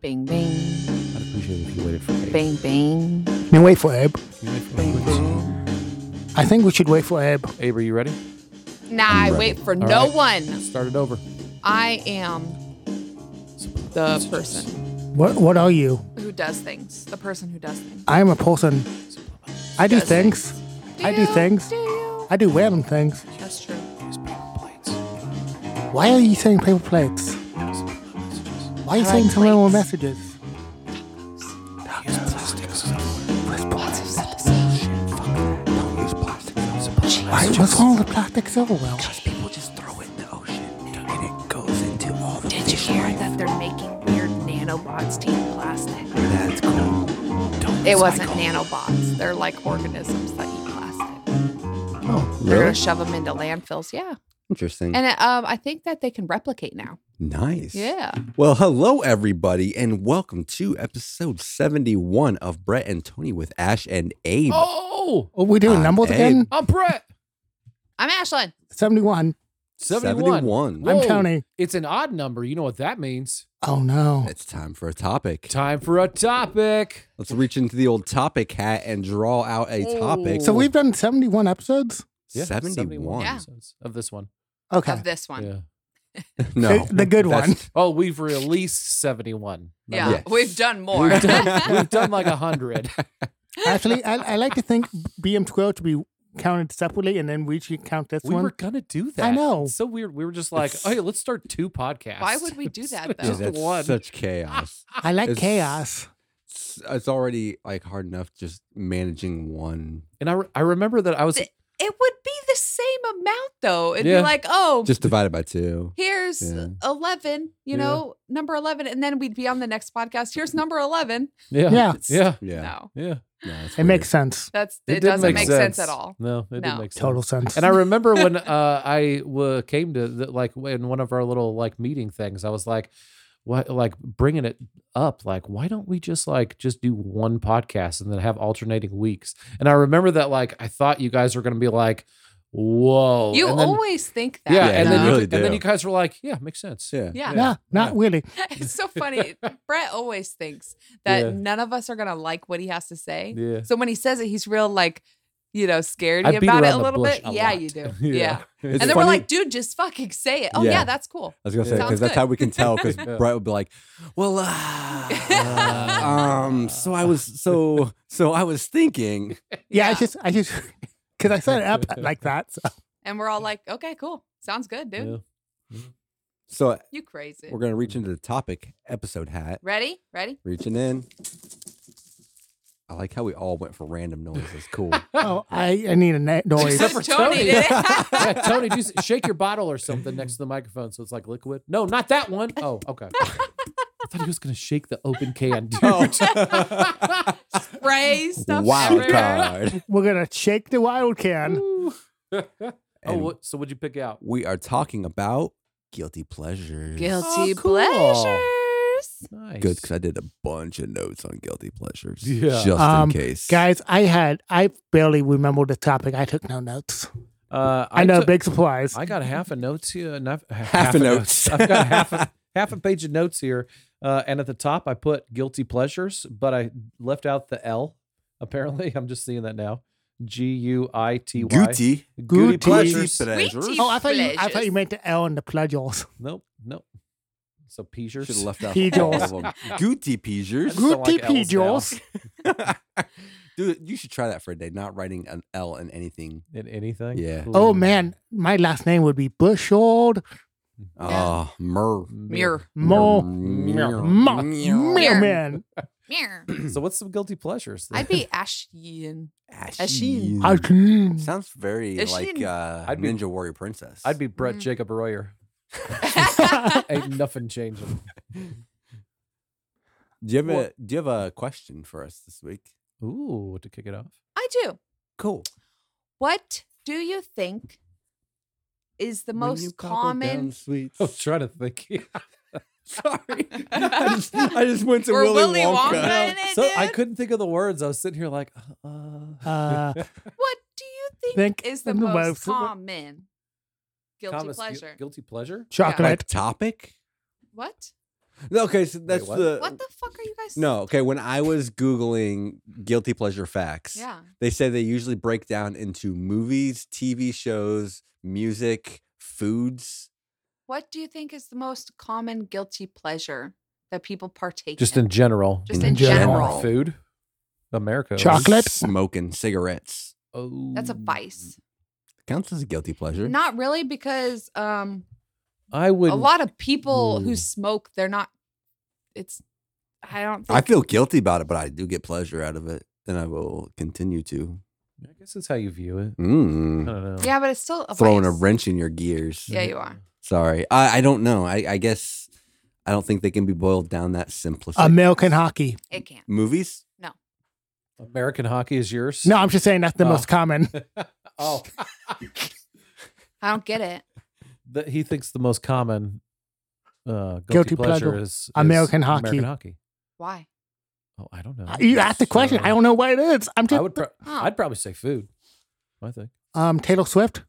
Bing, bing, I'd appreciate it if you waited for Abe. bing, bing. Now wait for Abe. You wait for Abe. I think we should wait for Abe. Abe, are you ready? Nah, I ready? wait for All no right. one. Start it over. I am the person What What are you? who does things. The person who does things. I am a person. I do Does things. I do you? things. Do you? I do random things. That's true. Why are you saying paper plates? Why are you saying so many more messages? Why, what's wrong with the plastic silverware? Did you hear that they're making weird nanobots to eat plastic? That's cool. it wasn't nanobots. They're like organisms that eat plastic. Oh, They're gonna really? shove them into landfills. Yeah, Interesting. and um, I think that they can replicate now. nice. Yeah. Well, hello, everybody, and welcome to episode 71 of Brett and Tony with Ash and Abe. Oh, Oh, we doing Uh, numbers Abe. again? I'm Brett. I'm Ashlyn. 71. 71. I'm Whoa. Tony. It's an odd number. You know what that means. Oh, no. It's time for a topic. Time for a topic. Let's reach into the old topic hat and draw out a topic. So we've done 71 episodes? Yeah, 71. Yeah. episodes of this one. Okay. Of this one. Yeah. Yeah. No. The- the good that's- one. Oh, we've released 71. Yes. We've done more. We've done, we've done like 100. Actually, I, I like to think BM12 to be counted separately and then we should count this We one. were going to do that. know. It's so weird. We were just like, It's- oh, hey, let's start two podcasts. Why would we do that Yeah, though? Just that's one. such chaos. I like It's- chaos. It's, it's already like hard enough just managing one. And I, re- I remember that I was, Th- It would be the same amount though. It'd Yeah. be like, oh, Just divided by two. here's Yeah. 11, you Yeah. know, number 11. And then we'd be on the next podcast. Here's number 11. yeah. Yeah. Yeah. Yeah. No, Yeah. No, that's It weird. makes sense. that's, it, It did doesn't make, make sense. sense. at all. No, it No. didn't make sense. Total sense. And I remember when uh, I w- came to the, like in one of our little like meeting things, I was like, "What?" Like bringing it up, like, "Why don't we just like just do one podcast and then have alternating weeks?" And I remember that like I thought you guys were gonna be like, "Whoa!" You and then- always think that. yeah, and you then you, really and then do. you guys were like, "Yeah, makes sense." Yeah. yeah. yeah, not really. It's so funny. Brett always thinks that Yeah. none of us are going to like what he has to say. yeah. So when he says it, he's real like, you know, scared I beat about it a around the little bush bit. a yeah, lot. you do. Yeah. And It's then we're funny- like, dude, just fucking say it. Oh yeah, Yeah. that's cool. I was gonna say Sounds because that's good. how we can tell. Because Yeah. Brett would be like, "Well, uh, um, so I was so so I was thinking." Yeah, I just, I just, because I set it up like that. So. And we're all like, okay, cool. Sounds good, dude. Yeah. So You crazy. we're gonna reach into the topic episode hat, Ready? Ready? reaching in. I like how we all went for random noises. Cool. Oh, I, I need a na- noise. Except for Tony Tony. did Yeah, it. Tony, do s- shake your bottle or something next to the microphone so it's like liquid. No, not that one. Oh, okay. I thought he was gonna shake the open can, dude. Oh. Spray stuff Wild everywhere. card. We're going to shake the wild can. Ooh. oh, And what, so what'd you pick out? we are talking about guilty pleasures. Guilty Oh, cool. pleasures. Nice. Good, because I did a bunch of notes on guilty pleasures. Yeah. Just Um, in case. Guys, I had, I barely remember the topic. I took no notes. Uh, I, know, took- big surprise. I got half a notes here, and I've, half, a notes. I've got half a, half a page of notes here, uh, and at the top I put guilty pleasures, but I left out the L. Apparently, I'm just seeing that now. G U I T Y. Guilty. Guilty pleasures. Guilty. oh, I thought, you, I thought Pleasures. you meant the L and the pleasures. Nope, nope. So Should Peasures. have left out Peasures. all of them. Guilty peasures. Sound like Guilty L's now. pleasures. Dude, you should try that for a day. Not writing an L in anything. in anything. Yeah. Oh, man. My last name would be Bushold. Oh, mer. Mirror. Mo. Oh, Mer- mer- Mo. Meow. Man. Mirror. So what's some guilty pleasures? then? I'd be Ashian. Ashin. I can- Ah, Sounds very like Ashin. uh, I'd be- Ninja Warrior Princess. I'd be Brett Mm. Jacob Royer. Ain't nothing changing. Do you have a Well- Do you have a question for us this week? Ooh, to kick it off. I do. Cool. What do you think is the most common? sweets. I was trying to think. Oh, Sorry, I just, I just went to Or Willy Willy, Wonka. Wonka. Right in it, so I dude. couldn't think of the words. I was sitting here like, uh, Uh, What do you think, Think is the of the most most- common guilty commas, gu- pleasure? guilty pleasure. chocolate. Like topic? what? No, okay, so that's what? the What the guys? Uh, No, okay. When I was Googling guilty pleasure facts, Yeah. they say they usually break down into movies, TV shows, music, foods. What do you think is the most common guilty pleasure that people partake Just in? in general. Just in in general. general. Food. America. Chocolate. Smoking cigarettes. Oh. That's a vice. Counts as a guilty pleasure. Not really because um I would. a lot of people Ooh. who smoke, they're not it's I don't think I feel guilty about it, but I do get pleasure out of it. And I will continue to. I guess that's how you view it. I Mm. don't know. Yeah, but it's still a Throwing a vice. wrench in your gears. Yeah, you are. Sorry. I, I don't know. I, I guess I don't think they can be boiled down that simply. American hockey. It can't. Movies? American hockey is yours. No, I'm just saying that's the Oh. most common. oh, I don't get it. that he thinks the most common uh, guilty, Guilty pleasure, pleasure. is, is American hockey. Uh, American hockey. Why? Oh, I don't know. You asked the question. I don't know what it is. I'm I just would. Pro- Huh. I'd probably say food. I think um Taylor Swift.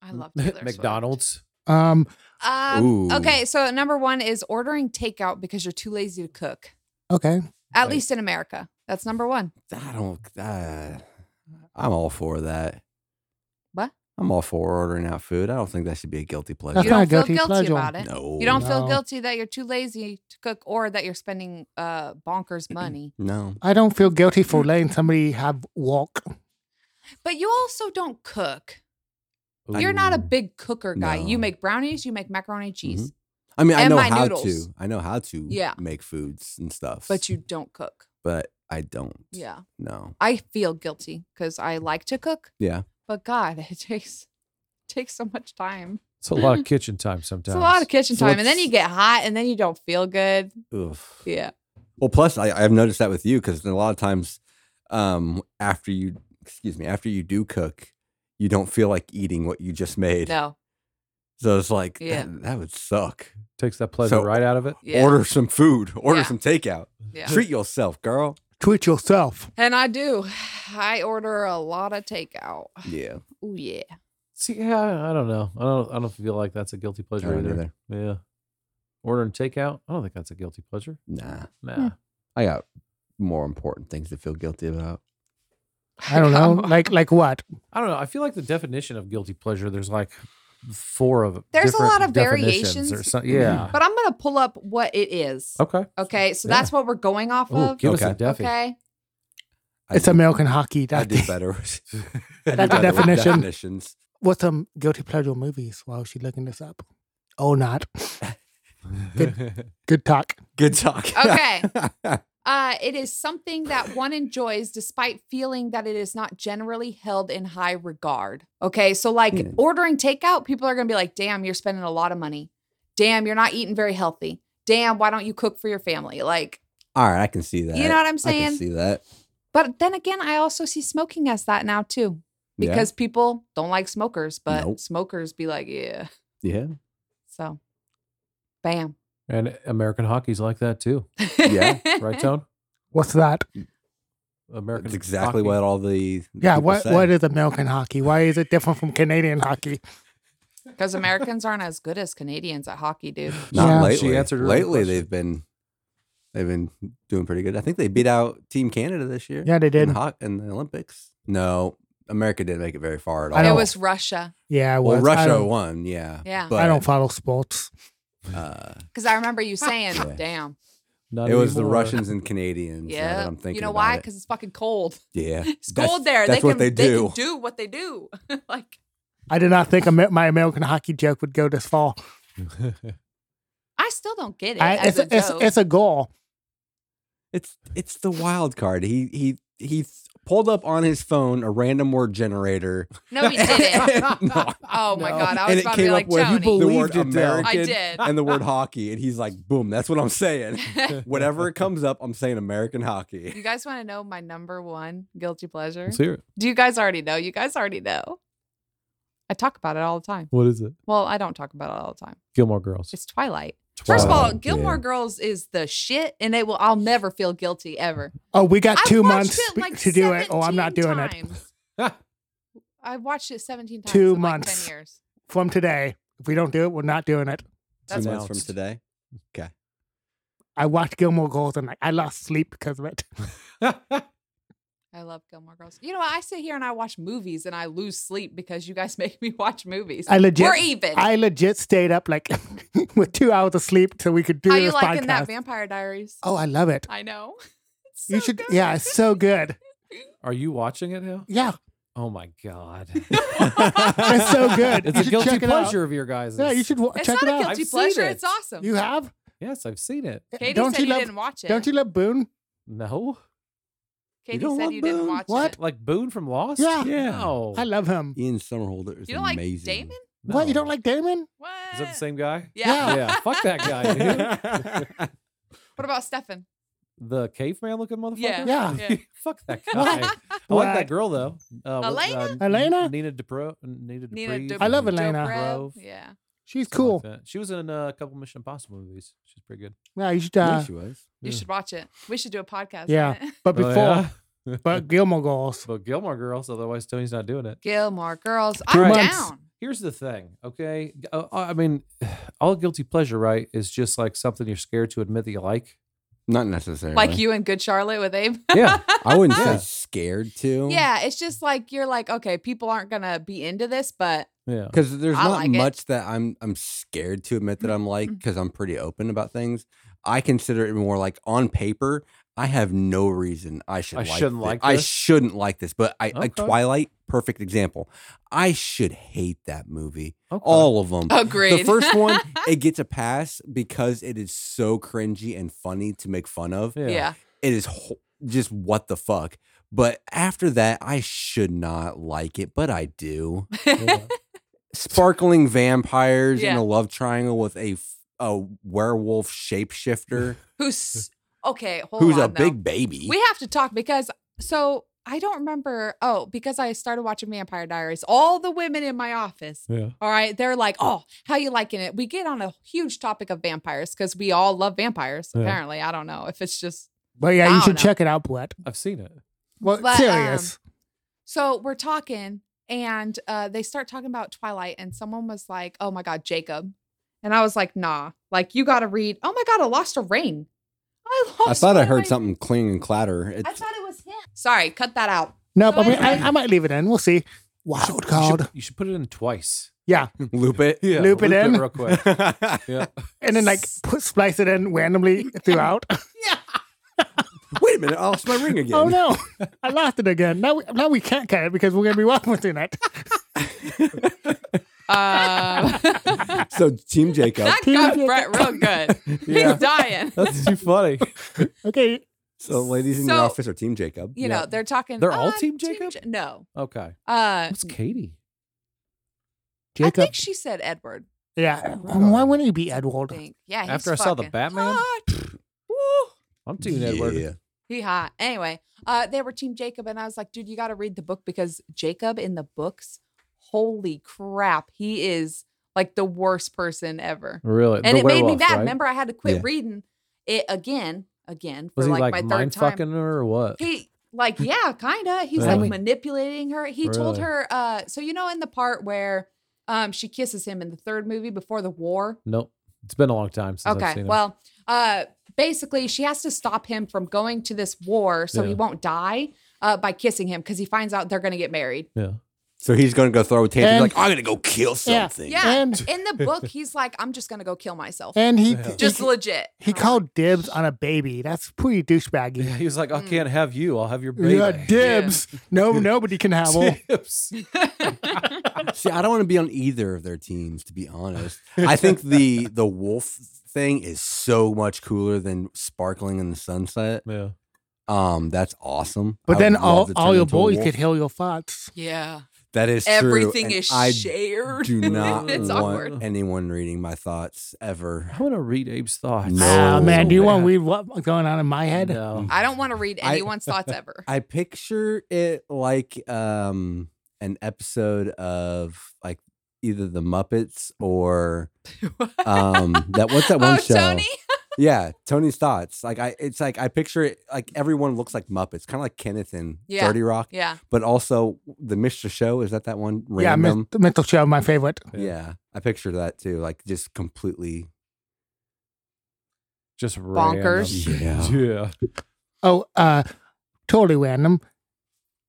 I love Taylor Swift. McDonald's. Um Um, Ooh. okay, so number one is ordering takeout because you're too lazy to cook. okay. At Right. least in America, that's number one. I don't. Uh, I'm all for that. What? I'm all for ordering out food. I don't think that should be a guilty pleasure. That's you don't not a feel guilty guilty pleasure. about it. No. You don't feel No. guilty that you're too lazy to cook or that you're spending uh, bonkers money. No. I don't feel guilty Hmm. for letting somebody have walk. But you also don't cook. You're not a Ooh. big cooker guy. You No. Mm-hmm. make brownies, you make macaroni and cheese, I mean, I And know my how noodles. to. I know how to. Yeah. Make foods and stuff. but you don't cook. But I don't. Yeah. No. I feel guilty because I like to cook, Yeah. but God, it takes takes so much time. It's a lot of kitchen time sometimes. It's a lot of kitchen So time. And then let's- you get hot and then you don't feel good. Oof. Yeah. Well, plus I, I've noticed that with you because a lot of times, um, after you, excuse me, after you do cook, you don't feel like eating what you just made. No. So it's like, Yeah. that, that would suck. Takes that pleasure So- right out of it. Yeah. Order some food. Order Yeah. some takeout. Yeah. Treat yourself, girl. Treat yourself. And I do. I order a lot of takeout. Yeah. Oh yeah. See, yeah, I- I don't know. I don't. I don't feel like that's a guilty I pleasure don't either. either. Yeah. Ordering takeout. I don't think that's a guilty pleasure. Nah. Nah. Hmm. I got more important things to feel guilty about. I don't know. Like like what? I don't know. I feel like the definition of guilty pleasure. There's like four of There's a different lot of definitions Or variations. something. Yeah. But I'm gonna pull up what it is. Oh, Okay. Okay. So Yeah. that's what we're going off Oh, of. give us a Okay. Duffy. Okay. I It's do- American hockey. I That's do better. I do better with definition. Definitions. What's some guilty pleasure movies? Why was she looking this up? Oh not. Good talk. Good talk. Okay. Uh, it is something that one enjoys despite feeling that it is not generally held in high regard. Okay, so like Hmm. ordering takeout, people are gonna be like, damn, you're spending a lot of money. Damn, you're not eating very healthy. Damn, why don't you cook for your family? Like, All right. I can see that. You know what I'm I can saying? see that. but then again, I also see smoking as that now too. Yeah. Because people don't like smokers, but Nope. smokers be like, yeah. Yeah. So bam. and American hockey's like that too, Yeah, right, Tone? What's that? American. That's exactly hockey. what all the. the Yeah, people what say. what is American hockey? Why is it different from Canadian hockey? Because Americans aren't as good as Canadians at hockey, dude. Not Yeah. lately. She answered her own lately, question. they've been they've been doing pretty good. I think they beat out Team Canada this year. Yeah, they in, did. ho- in the Olympics. No, America didn't make it very far at all. I It don't- was Russia. Yeah, it well, was. I Russia don't, won. Yeah, Yeah. But, I don't follow sports. Uh, Because I remember you saying, Yeah. damn. Not it was the anymore. Russians and Canadians. now that Yeah. I'm thinking. You know about why? it. Because it's fucking cold. yeah, It's cold there. That's they what can, they do. can do what they do. like I did not think Amer- my American hockey joke would go this far. I still don't get it I, as it's, a it's, joke. it's a goal. It's it's the wild card. He he he th- pulled up on his phone a random word generator. no, he didn't. No. Oh my No. god, I And was it about to be came up like with- You Tony. the word believed it, Del. American I did. and the word hockey, and he's like, "Boom!" That's what I'm saying. Whatever comes up, I'm saying American hockey. you guys want to know my number one guilty pleasure? Let's hear it. Do you guys already know? You guys already know. I talk about it all the time. What is it? Well, I don't talk about it all the time. Gilmore Girls. It's Twilight. First of all, Twilight, Gilmore yeah. Girls is the shit, and it will. I'll never feel guilty ever. Oh, we got I've two watched months it, like, to do it. Oh, I'm not 17 doing it times. I watched it 17 times. Two in, like, months. 10 years. from today. If we don't do it, we're not doing it. Two That's months from announced. today. I watched Gilmore Girls and like I lost sleep because of it. I love Gilmore Girls. You know, what? I sit here and I watch movies and I lose sleep because you guys make me watch movies. I legit, We're even. I legit stayed up like with two hours of sleep till we could do How you this liking podcast. that Vampire Diaries? oh, I love it. I know. It's you so should, good. yeah, it's so good. Are you watching it now? Yeah, Oh my god, it's so good. it's You a should guilty check it out. pleasure of your guys. Yeah, you should wa- It's not check it a out. guilty I've seen pleasure. it. It's awesome. You have? Yes, I've seen it. Katie don't said you you, love? didn't watch it. Don't you love Boone? No, Katie don't said love you didn't Boone? watch What? it. like Boone from Lost. Yeah. Yeah. No. I love him. Ian Somerhalder is You don't like amazing. Damon? What? You don't No. like Damon? What? Is that the same guy? Yeah. yeah. Fuck that guy. Dude. What about Stefan? The caveman looking motherfucker. Yeah. Yeah. Fuck that What? guy. I like What? that girl though. Uh, what- Elena? uh, Elena? Nina Dupro. Nina Nina Dupree. Dub- I love Joe Elena. Brad? Grove. Yeah. She's Something cool. like that. she was in uh, a couple Mission Impossible movies. She's pretty good. Yeah, you should. yeah, Uh, she was. You Yeah. should watch it. We should do a podcast. on Yeah. it. but before, Oh, yeah. but Gilmore Girls. but Gilmore Girls. Otherwise, Tony's not doing it. Gilmore Girls. Two I'm months. down. Here's the thing, okay? Uh, I mean, all guilty pleasure, right, is just like something you're scared to admit that you like. Not necessarily. Like you and Good Charlotte with Abe. Yeah. I wouldn't Yeah. say scared to. Yeah, it's just like you're like, okay, people aren't gonna be into this, but Yeah. Because there's I not like it. Mm-hmm. Mm. much that I'm I'm scared to admit that I'm like because I'm pretty open about things. I consider it more like on paper. I have no reason I should. I like shouldn't thi- like I this? shouldn't like this, but I like Okay. Twilight. Perfect example. I should hate that movie. Okay. All of them. agreed. The first one, it gets a pass because it is so cringy and funny to make fun of. yeah. It is ho- just what the fuck. But after that, I should not like it, but I do. Yeah. Sparkling vampires in Yeah. a love triangle with a f- a werewolf shapeshifter Who's okay? Hold who's on, though. a big baby. We have to talk because so I don't remember. Oh, because I started watching Vampire Diaries. All the women in my office. Yeah. All right, they're like, "Oh, how you liking it?" We get on a huge topic of vampires because we all love vampires. Yeah. Apparently, I don't know if it's just But yeah, I you don't should know. check it out, Brett. I've seen it. Well, But, um, serious. So we're talking, and uh, they start talking about Twilight, and someone was like, "Oh my god, Jacob," and I was like, "Nah, like you got to read." Oh my god, I lost a ring. I lost. I thought one I of heard my- something cling and clatter. I It's, thought it was him. Sorry, cut that out. nope. I so mean, anyway. I, I might leave it in. We'll see. You should- Wild you should- card. You should put it in twice. Yeah, loop it. Yeah. Loop it in. real quick. Yeah. and then like put, splice it in randomly throughout. Wait a minute, I lost my ring again. oh no, I lost it again. Now we, now we can't cut it because we're gonna be walking with it. Um, So Team Jacob. that got Brett real good. Yeah. He's dying. That's too funny. Okay, So ladies in your So- office are Team Jacob. You Yeah. know, they're talking. They're all "I'm Team Jacob?" Ja-" no, Okay. uh, What's Katie? I Jacob. think she said Edward. Yeah, Oh Um, why wouldn't he be I Edward? think. Yeah. He's After I saw the fucking Batman? hot. Woo. I'm Team Edward. Yeah. He hot. Anyway, uh, they were Team Jacob, and I was like, dude, you got to read the book because Jacob in the books, holy crap, he is like the worst person ever. Really? And The it made me werewolf, mad. right? Remember, I had to quit Yeah. reading it again, again for Was he like, like, my third mind time. fucking her or what? He like yeah, kinda. He's Really? like manipulating her. He told Really? her. uh So you know, in the part where um she kisses him in the third movie before the war, Nope. It's been a long time since I've Okay. seen him. Well, uh, basically, she has to stop him from going to this war so he Yeah. won't die uh, by kissing him because he finds out they're going to get married. yeah. So he's gonna go throw a tantrum. And- like I'm gonna go kill something. Yeah. And In the book, he's like, I'm just going to go kill myself. and he Yeah. Just he, legit. he called dibs on a baby. That's pretty douchebaggy. Yeah, he was like, I Mm. can't have you. I'll have your baby. Yeah, dibs. No, nobody can have all. Tips. See, I don't want to be on either of their teams, to be honest. I think the the wolf thing is so much cooler than sparkling in the sunset. Yeah. Um, that's awesome. I But would then love all, to all turn your into a boys wolf. could heal your thoughts. yeah. That is true, Everything and is I shared. do not it's want awkward. anyone reading my thoughts ever. I want to read Abe's thoughts. No. Oh man, do you want to bad. read what's going on in my head? No. I don't want to read I- anyone's thoughts ever. I picture it like um an episode of like either the Muppets or um that what's that one oh, show? Tony. Yeah, Tony's thoughts. Like I, it's like I picture it. Like everyone looks like Muppets, kind of like Kenneth and Yeah. Thirty Rock, Yeah. but also the Mister Show. Is that that one? Yeah, Random. Myth- Mental Show, my favorite. Yeah, I picture that too. Like just completely Just Bonkers. Yeah. Random. Yeah. Oh, uh, totally random.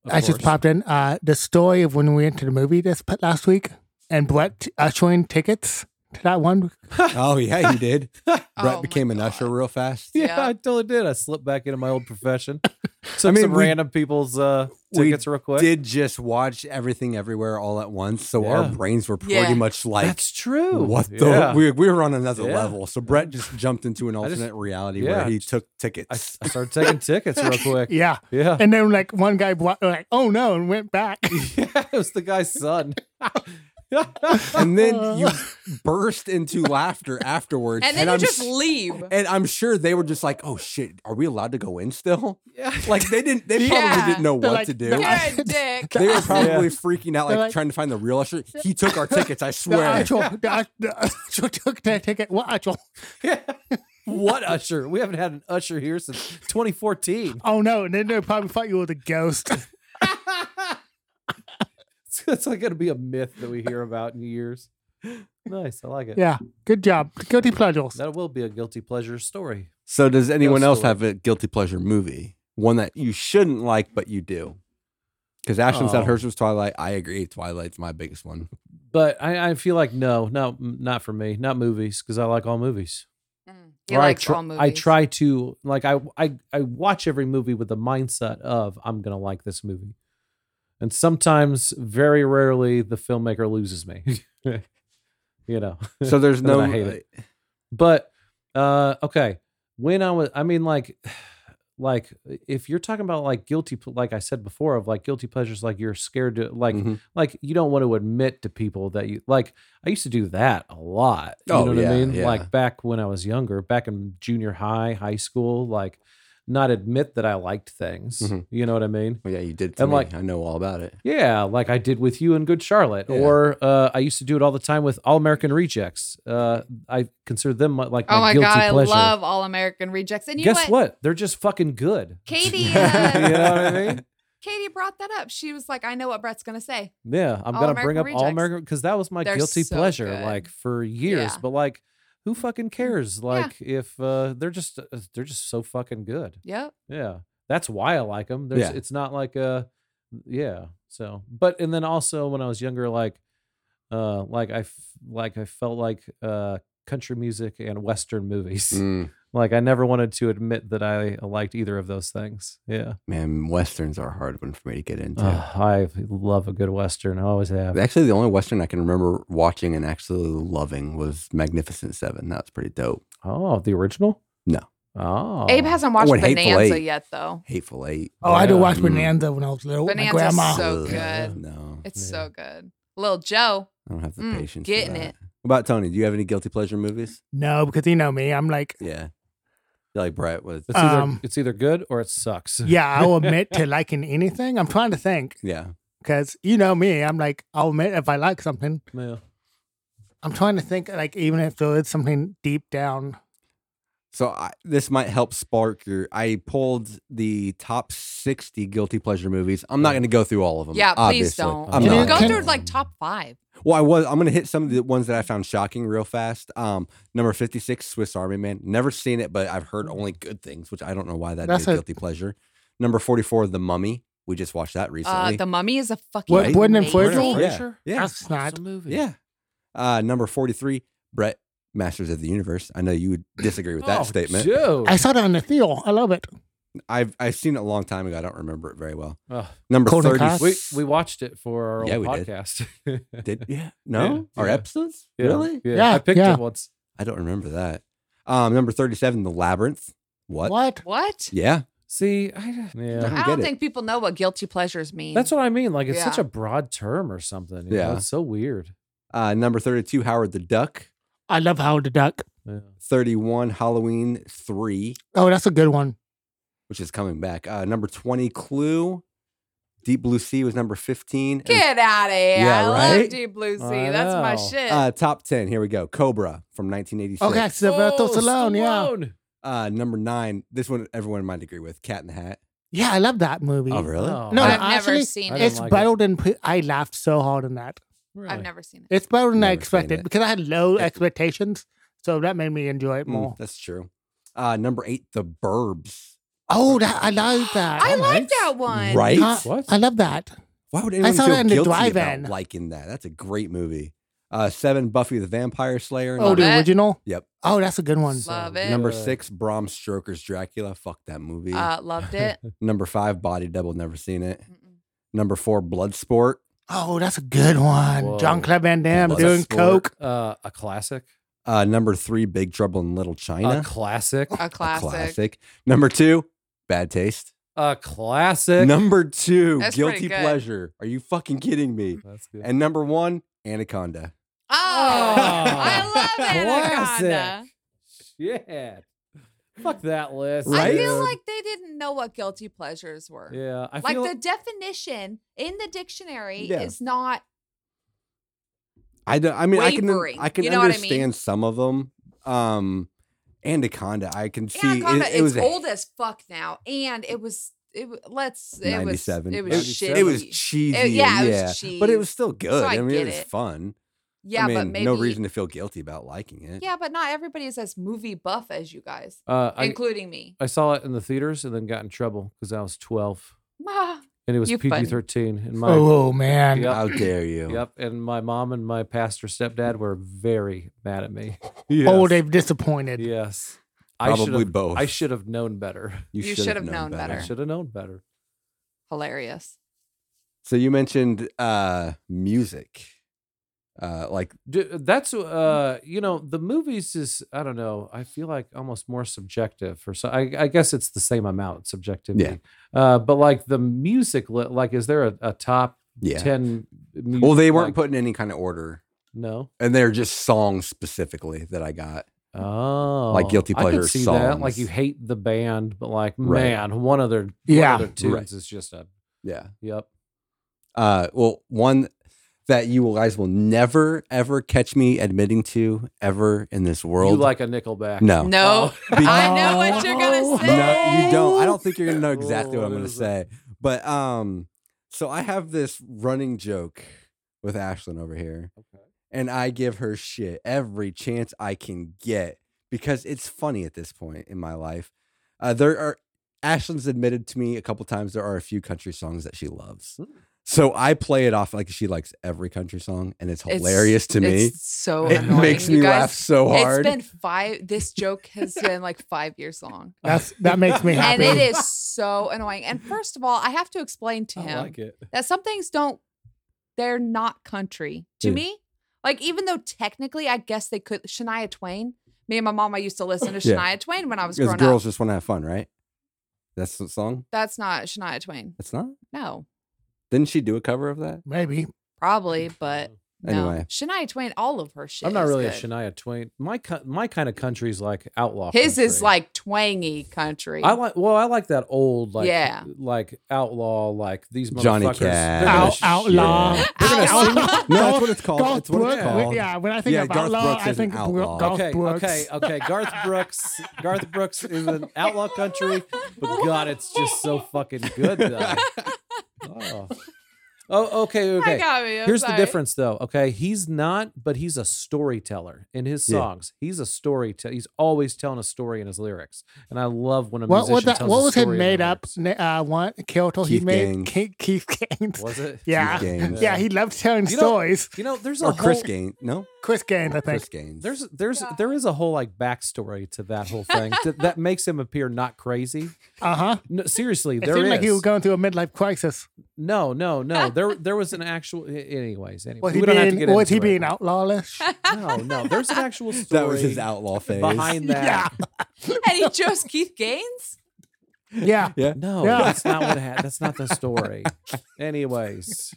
of I just course. popped in uh, the story of when we went to the movie this p- last week and Brett ushering tickets to that one. Oh yeah, he did. my Brett became an God. usher real fast. Yeah, Yeah. I totally did. I slipped back into my old profession. Took mean, some we- random people's uh, we tickets real quick. Did just watch everything everywhere all at once, so Yeah. our brains were pretty Yeah. much like, That's true. "What the?" Yeah. We, we were on another Yeah. level. So Brett just jumped into an I alternate just- reality yeah. where he took I, I tickets. started taking tickets real quick. Yeah. Yeah. Yeah. And then like one guy brought, like, oh no, and went back. it was the guy's son. and then you burst into laughter afterwards, And then you I'm just s- leave. and I'm sure they were just like, "Oh shit, are we allowed to go in still?" yeah. Like they didn't. They Yeah. probably didn't know They're what like, to do. "No, I- Good dick. Mm. They were probably freaking out, They're like, like- trying to find the real usher. He took our tickets, I The swear. actual, the, act- the actual took that ticket. What actual? What usher? We haven't had an usher here since 2014. Oh no! And then they probably thought you were the ghost. It's, it's like going to be a myth that we hear about in years. Nice. I like it. yeah, good job. Guilty pleasures. That will be a guilty pleasure story. So, does anyone Ghost else story. have a guilty pleasure movie? One that you shouldn't like, but you do? Because Ashton said Oh. hers was Twilight. I agree. Twilight's my biggest one. But I, I feel like no, no, m- not for me. Not movies because I like all movies. Mm. He Or likes I try, all movies. I try to like I, I I watch every movie with the mindset of I'm gonna like this movie, and sometimes, very rarely, the filmmaker loses me. you know. So, there's And then no. I hate it. But uh okay, when I was I mean like like if you're talking about like guilty pl- like I said before of like guilty pleasures like you're scared to like Mhm. like you don't want to admit to people that you like I used to do that a lot. You Oh, know what I yeah, mean? yeah. Like back when I was younger, back in junior high, high school, like not admit that I liked things. Mhm. You know what I mean? Well, yeah, you did. To And, me. like- I know all about it. Yeah, like I did with you in Good Charlotte, Yeah. or uh, I used to do it all the time with All American Rejects. Uh, I consider them my, like my Oh my guilty god, I pleasure. love All American Rejects. And you Guess know what? what? They're just fucking good. Katie, you uh, know what I mean? Katie brought that up. She was like, "I know what Brett's gonna say." Yeah, I'm All gonna American bring up All Rejects. American because that was my They're guilty so pleasure, good. like for years. Yeah. But like, who fucking cares? Like, if uh, they're just uh, they're just so fucking good. Yep. Yeah, that's why I like them. There's, Yeah. it's not like a, yeah. So, but and then also when I was younger, like, uh, like I f- like I felt like uh, country music and western movies. Mm, Like I never wanted to admit that I liked either of those things. Yeah, man, Westerns are a hard one for me to get into. Ugh, I love a good western. I always have. Actually, the only Western I can remember watching and actually loving was Magnificent Seven. That was pretty dope. Oh, the original? No. Oh, Abe hasn't watched went Hateful Bonanza Eight. yet, though. Hateful Eight. Oh, I had to Yeah. watch Mm. Bonanza when I was little. with My Bonanza's grandma. so Ugh, good. No, It's Yeah. so good. Little Joe. I don't have the Mm, patience. getting for that. it. What about Tony? Do you have any guilty pleasure movies? no, because you know me. I'm like, Yeah, You're like Brett was. it's either Um, it's either good or it sucks. yeah, I'll admit to liking anything. I'm trying to think Yeah, because you know me. I'm like, I'll admit if I like something. yeah. I'm trying to think like even if there is something deep down. So I, this might help spark your. I pulled the top sixty guilty pleasure movies. I'm not Yeah. going to go through all of them. Yeah, please Um, obviously. don't. I'm Can not. you Go Can- through like top five. well, I was. I'm going to hit some of the ones that I found shocking real fast. Um, number fifty six, Swiss Army Man. Never seen it, but I've heard only good things, which I don't know why that'd That's be a a- guilty pleasure. Number forty four, The Mummy. We just watched that Uh, recently. the Mummy is a fucking. What- Wooden and amazing- Virgil? Yeah. yeah, That's not. a movie. Yeah. Uh, number 43, Brett, Masters of the Universe. I know you would disagree with that Oh, statement. Dude. I saw that on the field. I love it. I've, I've seen it a long time ago. I don't remember it very well. Ugh. Number Conan 30. Cox? we we watched it for our old Yeah, we did. podcast. Did, yeah. No? Yeah, Our yeah. episodes? Yeah, Really? Yeah. Yeah, I picked yeah. it once. I don't remember that. Um, number 37, The Labyrinth. What? What? What? Yeah. See, I, yeah. don't I don't get it. think people know what guilty pleasures mean. That's what I mean. Like it's such Yeah. a broad term or something. yeah. Yeah. It's so weird. Uh, number 32, Howard the Duck. I love Howard the Duck. Yeah. 31, Halloween 3, Oh, that's a good one. which is coming back. Uh, number 20, Clue. Deep Blue Sea was number 15. And, Get out of here. Yeah, I love right? Deep Blue Sea. I That's my know. shit. uh, top 10. Here we go. Cobra from 1986. Okay, Sylvester Oh, Stallone. Yeah, Oh, Stallone. Uh, number nine. This one everyone might agree with. Cat in the Hat. yeah, I love that movie. really? Oh, No, I've I- never actually, seen I it. didn't It's like it. better than pre- I laughed so hard on that. really? I've never seen it. It's better than I Never seen expected it. because I had low It- expectations, so that made me enjoy it Mm, more. that's true. Uh, number eight, The Burbs. Oh, that, I love that. Oh, I like Alright. that one. Right? Huh, What? I love that. Why would anyone saw feel that in the guilty about drive-in. liking that? That's a great movie. Uh, seven, Buffy the Vampire Slayer. Oh, Love Number- the it. original. Yep. Oh, that's a good one. Love it. Number uh, six, Bram Stoker's Dracula. Fuck that movie. Uh, loved it. Number five, Body Double. Never seen it. Mm-mm. Number four, Bloodsport. Oh, that's a good one. Whoa. John Claude Van Damme Love doing that sport. coke. Uh, a classic. Uh, number three, Big Trouble in Little China. A classic. a classic. Number two, Bad Taste. A classic. Number two, That's pretty Guilty good. Pleasure. Are you fucking kidding me? That's good. And number one, Anaconda. Oh, Oh. I love Classic. Anaconda. Shit. Fuck that list. I Right? feel dude. like they didn't know what guilty pleasures were. Yeah. I like feel the definition in the dictionary Yeah. is not I, do, I mean, Wavering. I can I can You know what I mean? understand some of them. Um, Anaconda, I can see Anaconda. it, it it's was a- old as fuck now, and it was it. wa- Let's it was it was shit. It was cheesy. and yeah, yeah, it was but cheese. it was still good. I I, mean, get it was it. fun. yeah, I mean, but maybe no reason to feel guilty about liking it. Yeah, but not everybody is as movie buff as you guys, uh, I, including me. I saw it in the theaters and then got in trouble because I was 12 Ah, and it was You fun. PG 13. And my Oh man, Yep. How dare you? Yep, and my mom and my pastor stepdad were very mad at me. oh, Yes. they've disappointed. Yes, I should Probably have. both. I should have known better. You should've should've known I better. should have known better. hilarious. So you mentioned uh music. Uh like D- That's uh, you know, the movies is I don't know. I feel like almost more subjective, or so. I, I guess it's the same amount subjectivity. Uh, but like the music, li- like is there a, a top yeah. ten? mu- well, they weren't like- put in any kind of order. no. And they're just songs specifically that I got. Oh, guilty I could pleasure see That. Like songs. you hate the band, but like Right. man, one of their Yeah. one of their tunes Right. is just a Yeah. yep. Uh well, one that you guys will never ever catch me admitting to ever in this world. You like a Nickelback? no. No, Be- I know what you're Oh. gonna say. No, you don't. I don't think you're gonna know exactly what What I'm gonna is that? say. But um, so I have this running joke with Ashlyn over here, Okay. and I give her shit every chance I can get because it's funny at this point in my life. Uh, there are Ashlyn's admitted to me a couple times there are a few country songs that she loves. Mm. So I play it off like she likes every country song, and it's It's- hilarious to me. It's so It annoying. makes you me guys, laugh so hard. It's been five. This joke has been like five years long, That's that makes me and happy. it is so annoying. And first of all, I have to explain to I him like it. that some things don't. They're not country to Hmm. Yeah. me. Like even though technically, I guess they could. Shania Twain. Me and my mom, I used to listen to Yeah. Shania Twain when I was because growing girls up. just want to have fun, right? That's the song. That's not Shania Twain. That's not. No, Didn't she do a cover of that? Maybe. probably, Mm. but no. Anyway. Shania Twain, all of her shit. I'm not is really good. a Shania Twain. My co- my kind of country's like outlaw. His is country. like twangy country. I like well, I like that old like Yeah. like outlaw like these Johnny motherfuckers. Cash. they're gonna Out, sh- outlaw. shit. We're gonna Outlaw. sing- No, Garth- that's what it's called. Garth That's what it's Brooks. called. Yeah, when I think Yeah, of Garth outlaw, Brooks I is think an of Bro- outlaw. uh, Garth okay, Brooks. okay, okay. Garth Brooks. Garth Brooks is an outlaw country, but God, it's just so fucking good though. Oh, oh okay, I okay. got me. I'm Here's sorry. the difference, though. Okay, he's not, but he's a storyteller in his Yeah. songs. He's a storyteller. He's always telling a story in his lyrics, and I love when a What, what, musician that, tells what a was his story in their made up lyrics. na- uh, one character he Keith made? Gaines. Keith, Keith Gaines. Was it? Yeah. Gaines. Yeah, he loves telling You know- stories. You know, there's a or Chris whole, Gaines. No, Chris Gaines, I think. Chris Gaines. There's there's there is a whole like backstory to that whole thing that, that makes him appear not crazy. Uh huh. No, seriously, It there seemed is. like he was going through a midlife crisis. no, no, no. There there was an actual. Anyways, anyways, Was we he don't have to being get was he into being it. outlawish? No, no. There's an actual story that was his outlaw phase. behind that. yeah. And he chose Keith Gaines. Yeah. Yeah. No, Yeah. that's not what happened. That's not the story. Anyways,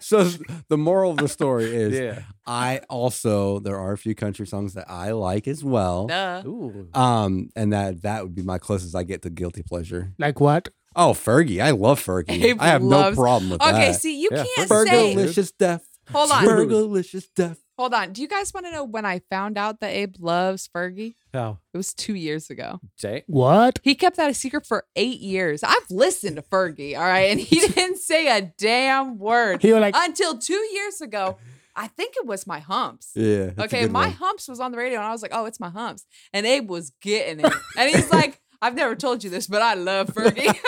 So s- the moral of the story is yeah. I also there are a few country songs that I like as well. Duh. Ooh. Um, and that that would be my closest I get to guilty pleasure. Like what? Oh, Fergie, I love Fergie. He I have loves- no problem with Okay, that. see, you Yeah, can't Virgo say. Liz- Fergalicious death. Hold on, Virgo- Fergalicious death. hold on. Do you guys want to know when I found out that Abe loves Fergie? How? It was two years ago. Oh, Jay? What? He kept that a secret for eight years. I've listened to Fergie, all right, and he didn't say a damn word He was like, until two years ago I think it was my humps. Yeah. that's a Okay, good my one. humps was on the radio, and I was like, "Oh, it's my humps," and Abe was getting it, and he's like, "I've never told you this, but I love Fergie."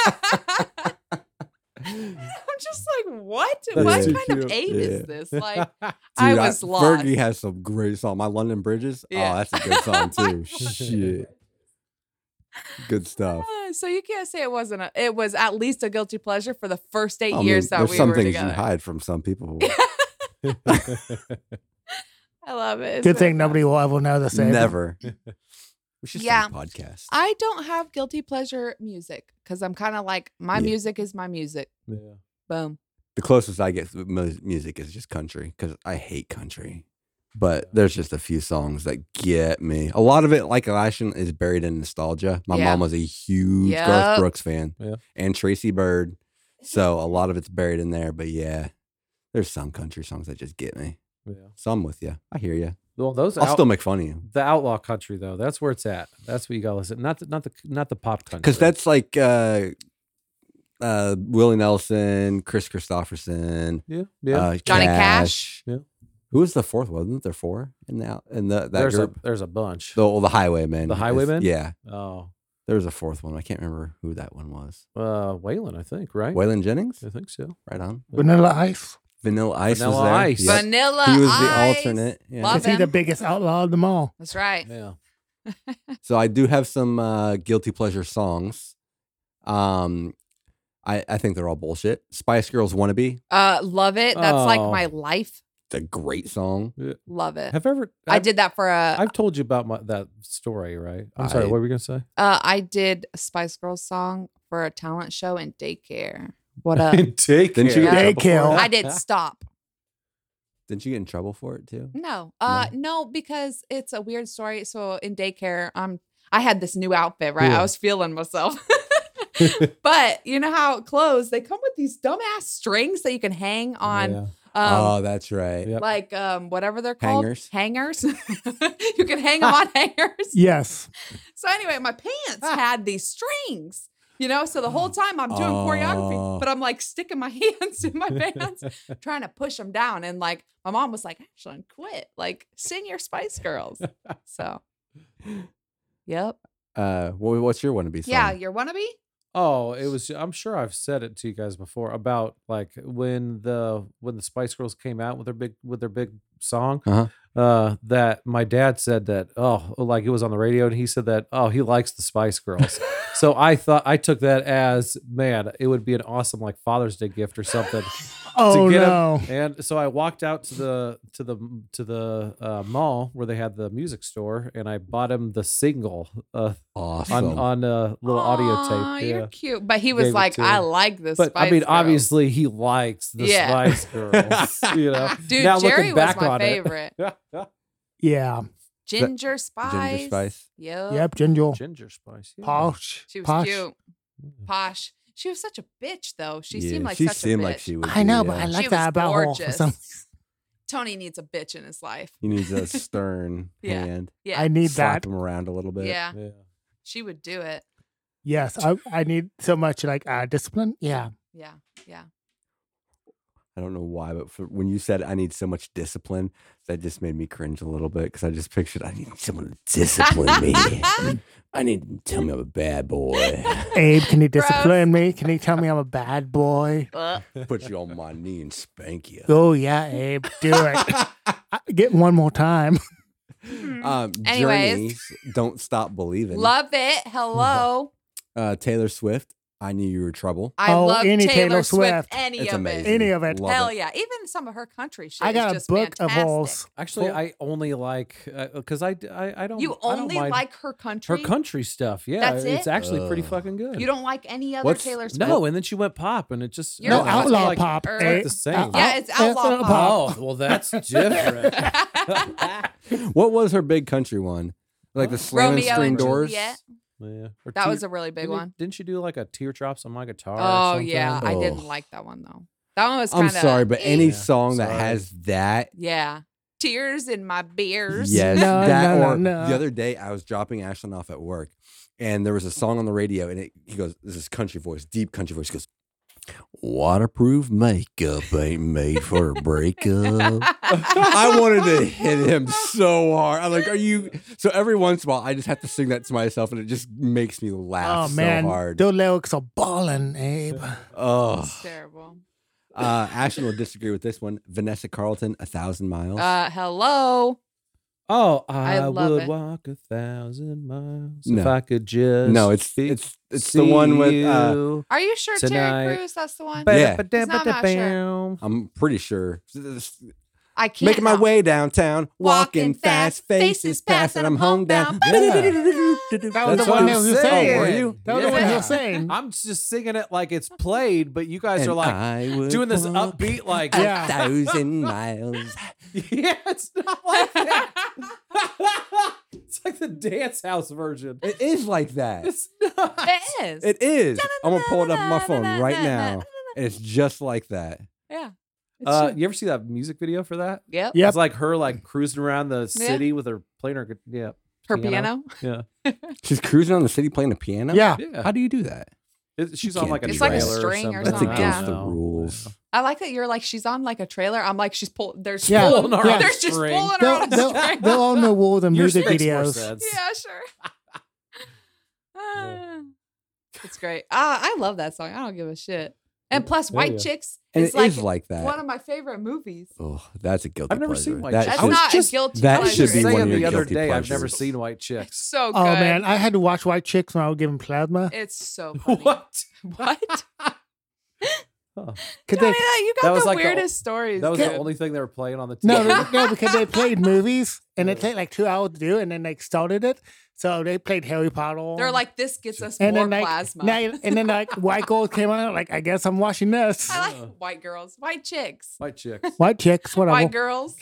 And I'm just like, "What? That's what too kind of cute. Abe Yeah. is this?" Like, I Dude, was lost. Fergie has some great song. My London Bridges. Yeah. Oh, that's a good song I too. Shit. Good stuff. Uh, so you can't say it wasn't. A, it was at least a guilty pleasure for the first eight I mean, years that there's we some were things together. you hide from some people. I love it. It's Good very thing fun. nobody will ever know this. Abe. Never. We should Yeah. start a podcast. I don't have guilty pleasure music because I'm kind of like my Yeah. music is my music. Yeah. Boom. the closest I get to mu- music is just country because I hate country. But there's just a few songs that get me. A lot of it, like Elishan, is buried in nostalgia. My Yeah. mom was a huge Yup. Garth Brooks fan Yeah. and Tracy Bird. So a lot of it's buried in there. But yeah, there's some country songs that just get me. Yeah. So I'm with you. I hear you. Well, those I'll out- still make fun of you the outlaw country though. That's where it's at. That's what you gotta listen. Not the not the not the pop country. because that's like uh, uh, Willie Nelson, Chris Christopherson, yeah yeah. uh, Johnny Cash. Yeah. Who was the fourth? Wasn't there four in that in the that there's group? a there's a bunch. The, well, the Highwaymen. The is- Highwaymen? Yeah. oh, There was a fourth one. I can't remember who that one was. uh, Waylon, I think right. Waylon Jennings? I think so. Right on. Vanilla Ice. Vanilla Ice was Vanilla there. Ice. Yep. Vanilla. He was Ice. the alternate. Yeah. Love Is he the him. biggest outlaw of them all? That's right. Yeah. So I do have some uh, guilty pleasure songs. Um, I, I think they're all bullshit. Spice Girls Wannabe. Uh, love it. That's like Oh. my life. It's a great song. Love it. Have ever? uh, I I've- did uh, that for a. I've told you about my that story, right? I'm sorry. I- what were you gonna say? Uh, I did a Spice Girls song for a talent show in daycare. What up? Take Didn't you care. get in trouble Take for care. it? Uh, I did stop. Didn't you get in trouble for it too? No. Uh no, because it's a weird story. So in daycare, um I had this new outfit, right? Yeah. I was feeling myself. but you know how clothes, they come with these dumbass strings that you can hang on Yeah. um oh, that's right. Yep. like um whatever they're called. Hangers? Hangers. you can hang them on hangers. Yes. So anyway, my pants had these strings. You know, so the whole time I'm doing choreography, Oh. but I'm like sticking my hands in my pants, trying to push them down. And like my mom was like, Ashlyn, quit. Like sing your Spice Girls. So, yep. Uh, wha- what's your wannabe song? Yeah, your wannabe? Oh, it was. I'm sure I've said it to you guys before about like when the when the Spice Girls came out with their big with their big song. Uh-huh. uh, that my dad said that oh like it was on the radio and he said that oh he likes the Spice Girls. so I thought I took that as man it would be an awesome like Father's Day gift or something. Oh get him- no. and so I walked out to the to the to the uh, mall where they had the music store and I bought him the single uh, Awesome. on on a little Aw, audio tape. You're Yeah. cute. But he Gave was it like, to I him. like this. But I Spice mean, Girls." obviously, he likes the Yeah. Spice Girls. You know, Dude, now Jerry looking back was my on favorite. it, Yeah. Ginger Spice. Ginger Spice. Yep. Yep. Ginger. ginger spice. yeah. Uh, Posh. She was Posh. cute. Posh. She was such a bitch, though. She seemed like she such seemed a bitch. like she would. I be, uh, know, but yeah. I She like was that about oh, her. for gorgeous. some- Tony needs a bitch in his life. He needs a stern Yeah. hand. Yeah. I need Slap that. him around a little bit. yeah. Yeah. She would do it. Yes. I, I need so much like uh, discipline. Yeah. Yeah. Yeah. I don't know why, but for, when you said I need so much discipline, that just made me cringe a little bit because I just pictured I need someone to discipline me. I need to tell me I'm a bad boy. Abe, can you Gross. discipline me? Can you tell me I'm a bad boy? Uh, Put you on my knee and spank you. Oh yeah, Abe, do it. I- Get one more time. Um, Hmm. Anyways. Journeys, don't stop believing. love it. Hello. uh, Taylor Swift, I knew you were trouble. I Oh, love any Taylor, Taylor Swift. Swift. Any It's of amazing. it. Any of it. Love Hell it. yeah. Even some of her country shit. I is got a just book of fantastic. holes. Actually, Well- I only like because I, d- I I don't. You I don't only mind like her country. her country stuff. Yeah, That's it's it? actually pretty Ugh. fucking good. You don't like any other What's- Taylor Swift. no, and then she went pop, and it just You're no a I was outlaw fucking pop. nerd. Abe. Uh, The same. Out- Yeah, it's outlaw pop. oh, well, that's different. What was her big country one? Like the slam and Romeo screen and doors? Juliet. yeah, or That tear- was a really big didn't- one. Didn't she do like a teardrops on my guitar? or Oh something? yeah, I didn't Ugh. like that one though. That one was. I'm kinda- sorry, but any Yeah, song that sorry. has that Yeah. Tears in my beers. Yes, No, that no, no, or no. the other day I was dropping Ashlyn off at work, and there was a song on the radio, and it, he goes, "This is country voice, deep country voice." He goes, Waterproof makeup ain't made for a breakup. I wanted to hit him so hard. I'm like, are you? So every once in a while, I just have to sing that to myself, and it just makes me laugh oh man, so hard. those lyrics are balling, Abe. Oh, It's terrible. uh, Ashton will disagree with this one. Vanessa Carlton, A Thousand Miles. Uh, hello. Oh, I I, love would it. walk a thousand miles if No. I could just. no, it's be- it's it's the one with. see Uh, you. Are you sure Tonight. Terry Crews? That's the one. But- Yeah. Uh, It's not- I'm not sure. Ba-da-ba-da-bam. I'm pretty sure. I can't. Making my help. way downtown, Walking walking, fast, fast, faces faces past, past, and I'm homebound. homebound. That was That's the one what that I'm was saying. Oh, were you? That was the one Yeah. he was saying. I'm just singing it like it's played, but you guys And are like I would doing this walk upbeat, like Yeah. A thousand miles. yeah, it's not like that. it's like the dance house version. It is like that. It's not. It is. It is. I'm gonna pull it up on my phone right now. And it's just like that. Yeah. It's Uh, true. you ever see that music video for that? yep. Yep. It's like her like cruising around the city with her playing her. gu- Yeah, Her piano. piano. yeah, She's cruising on the city playing a piano. Yeah. yeah. How do you do that? It- she's You on can't like a do It's like a trailer string or or something. That's something, I against don't yeah. the know. rules. I like that you're like she's on like a trailer. I'm like she's pull. There's Yeah. pulling her. Yeah. There's just String. pulling her They'll, on a they'll, string. they'll all know all the Yours music makes more videos. sense. yeah, sure. Ah. Yeah. It's great. Ah, I love that song. I don't give a shit. And Yeah, plus, hell White yeah. Chicks And is like it is like that. one of my favorite movies. oh, that's a guilty I've never pleasure. seen White that Chicks. That's I should- was not just- a guilty. that I pleasure. was should be saying one of your the other guilty day. I've never pleasures. seen White Chicks. It's so good. Oh man, I had to watch White Chicks when I was giving plasma. it's so funny. What? What? Huh. Could Johnny, they? that- you That got was the like the- weirdest stories. That was dude. the only thing they were playing on the TV. No, they, no, because they played movies and it took like two hours to do, and then they started it. So they played Harry Potter. They're like, this gets us and more then like, plasma. now- and then like White Gold came on. Like I guess I'm watching this. I like Yeah. white girls, white chicks, White Chicks. White Chicks, whatever. white girls.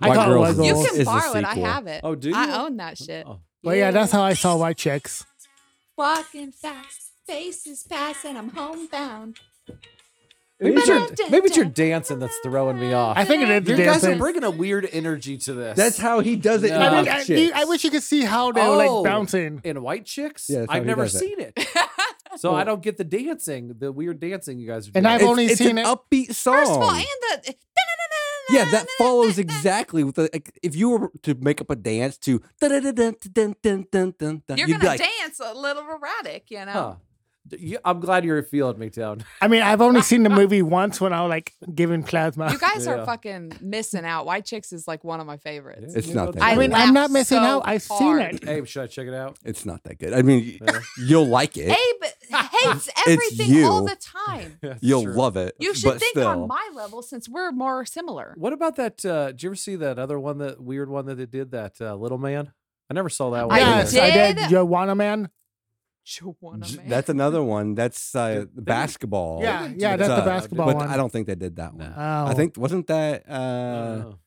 I White call it Girls White is- You Gold. is the can borrow it. I sequel. have it. Oh, do you? I own that shit. Oh. Well, yeah, that's how I saw White Chicks. Walking fast, faces pass, and I'm homebound. Maybe it's, your, Ba-da-da-da. maybe it's your dancing that's throwing me off. I think it is the you guys are dancing. bringing a weird energy to this. That's how he does it. in No. I White mean, I, Chicks. you- I wish you could see how they were Oh. like bouncing. in White Chicks. Yeah, that's how I've he never does it. seen it, so I don't get the dancing, the weird dancing you guys are doing. And I've It's- only it's seen an it. upbeat song. First of all, and the Yeah, that follows exactly with the, like, if you were to make up a dance to You're you're gonna dance a little erratic, you know. Huh. D- you- I'm glad you're feeling me, Town. I mean, I've only seen the movie once when I was like giving plasma. You guys Yeah. are fucking missing out. White chicks is like one of my favorites. It's not that I I mean, laugh I'm not missing so out. I've seen hard. it. Hey, should I check it out? It's not that good. I mean, y- Yeah. you'll like it. Abe hates everything all you. the time. That's You'll true. love it. You should but think still, on my level since we're more similar. What about that? Uh, did you ever see that other one, that weird one that they did, that uh, Little Man? I never saw that one. I either. yes, I did. did- Joanna Man. Joanna j- Man. that's another one. That's uh, Did they- basketball. Yeah, didn't yeah, do that's that. the Uh, basketball but one. I don't think they did that one. No. I Oh. think wasn't that uh, No,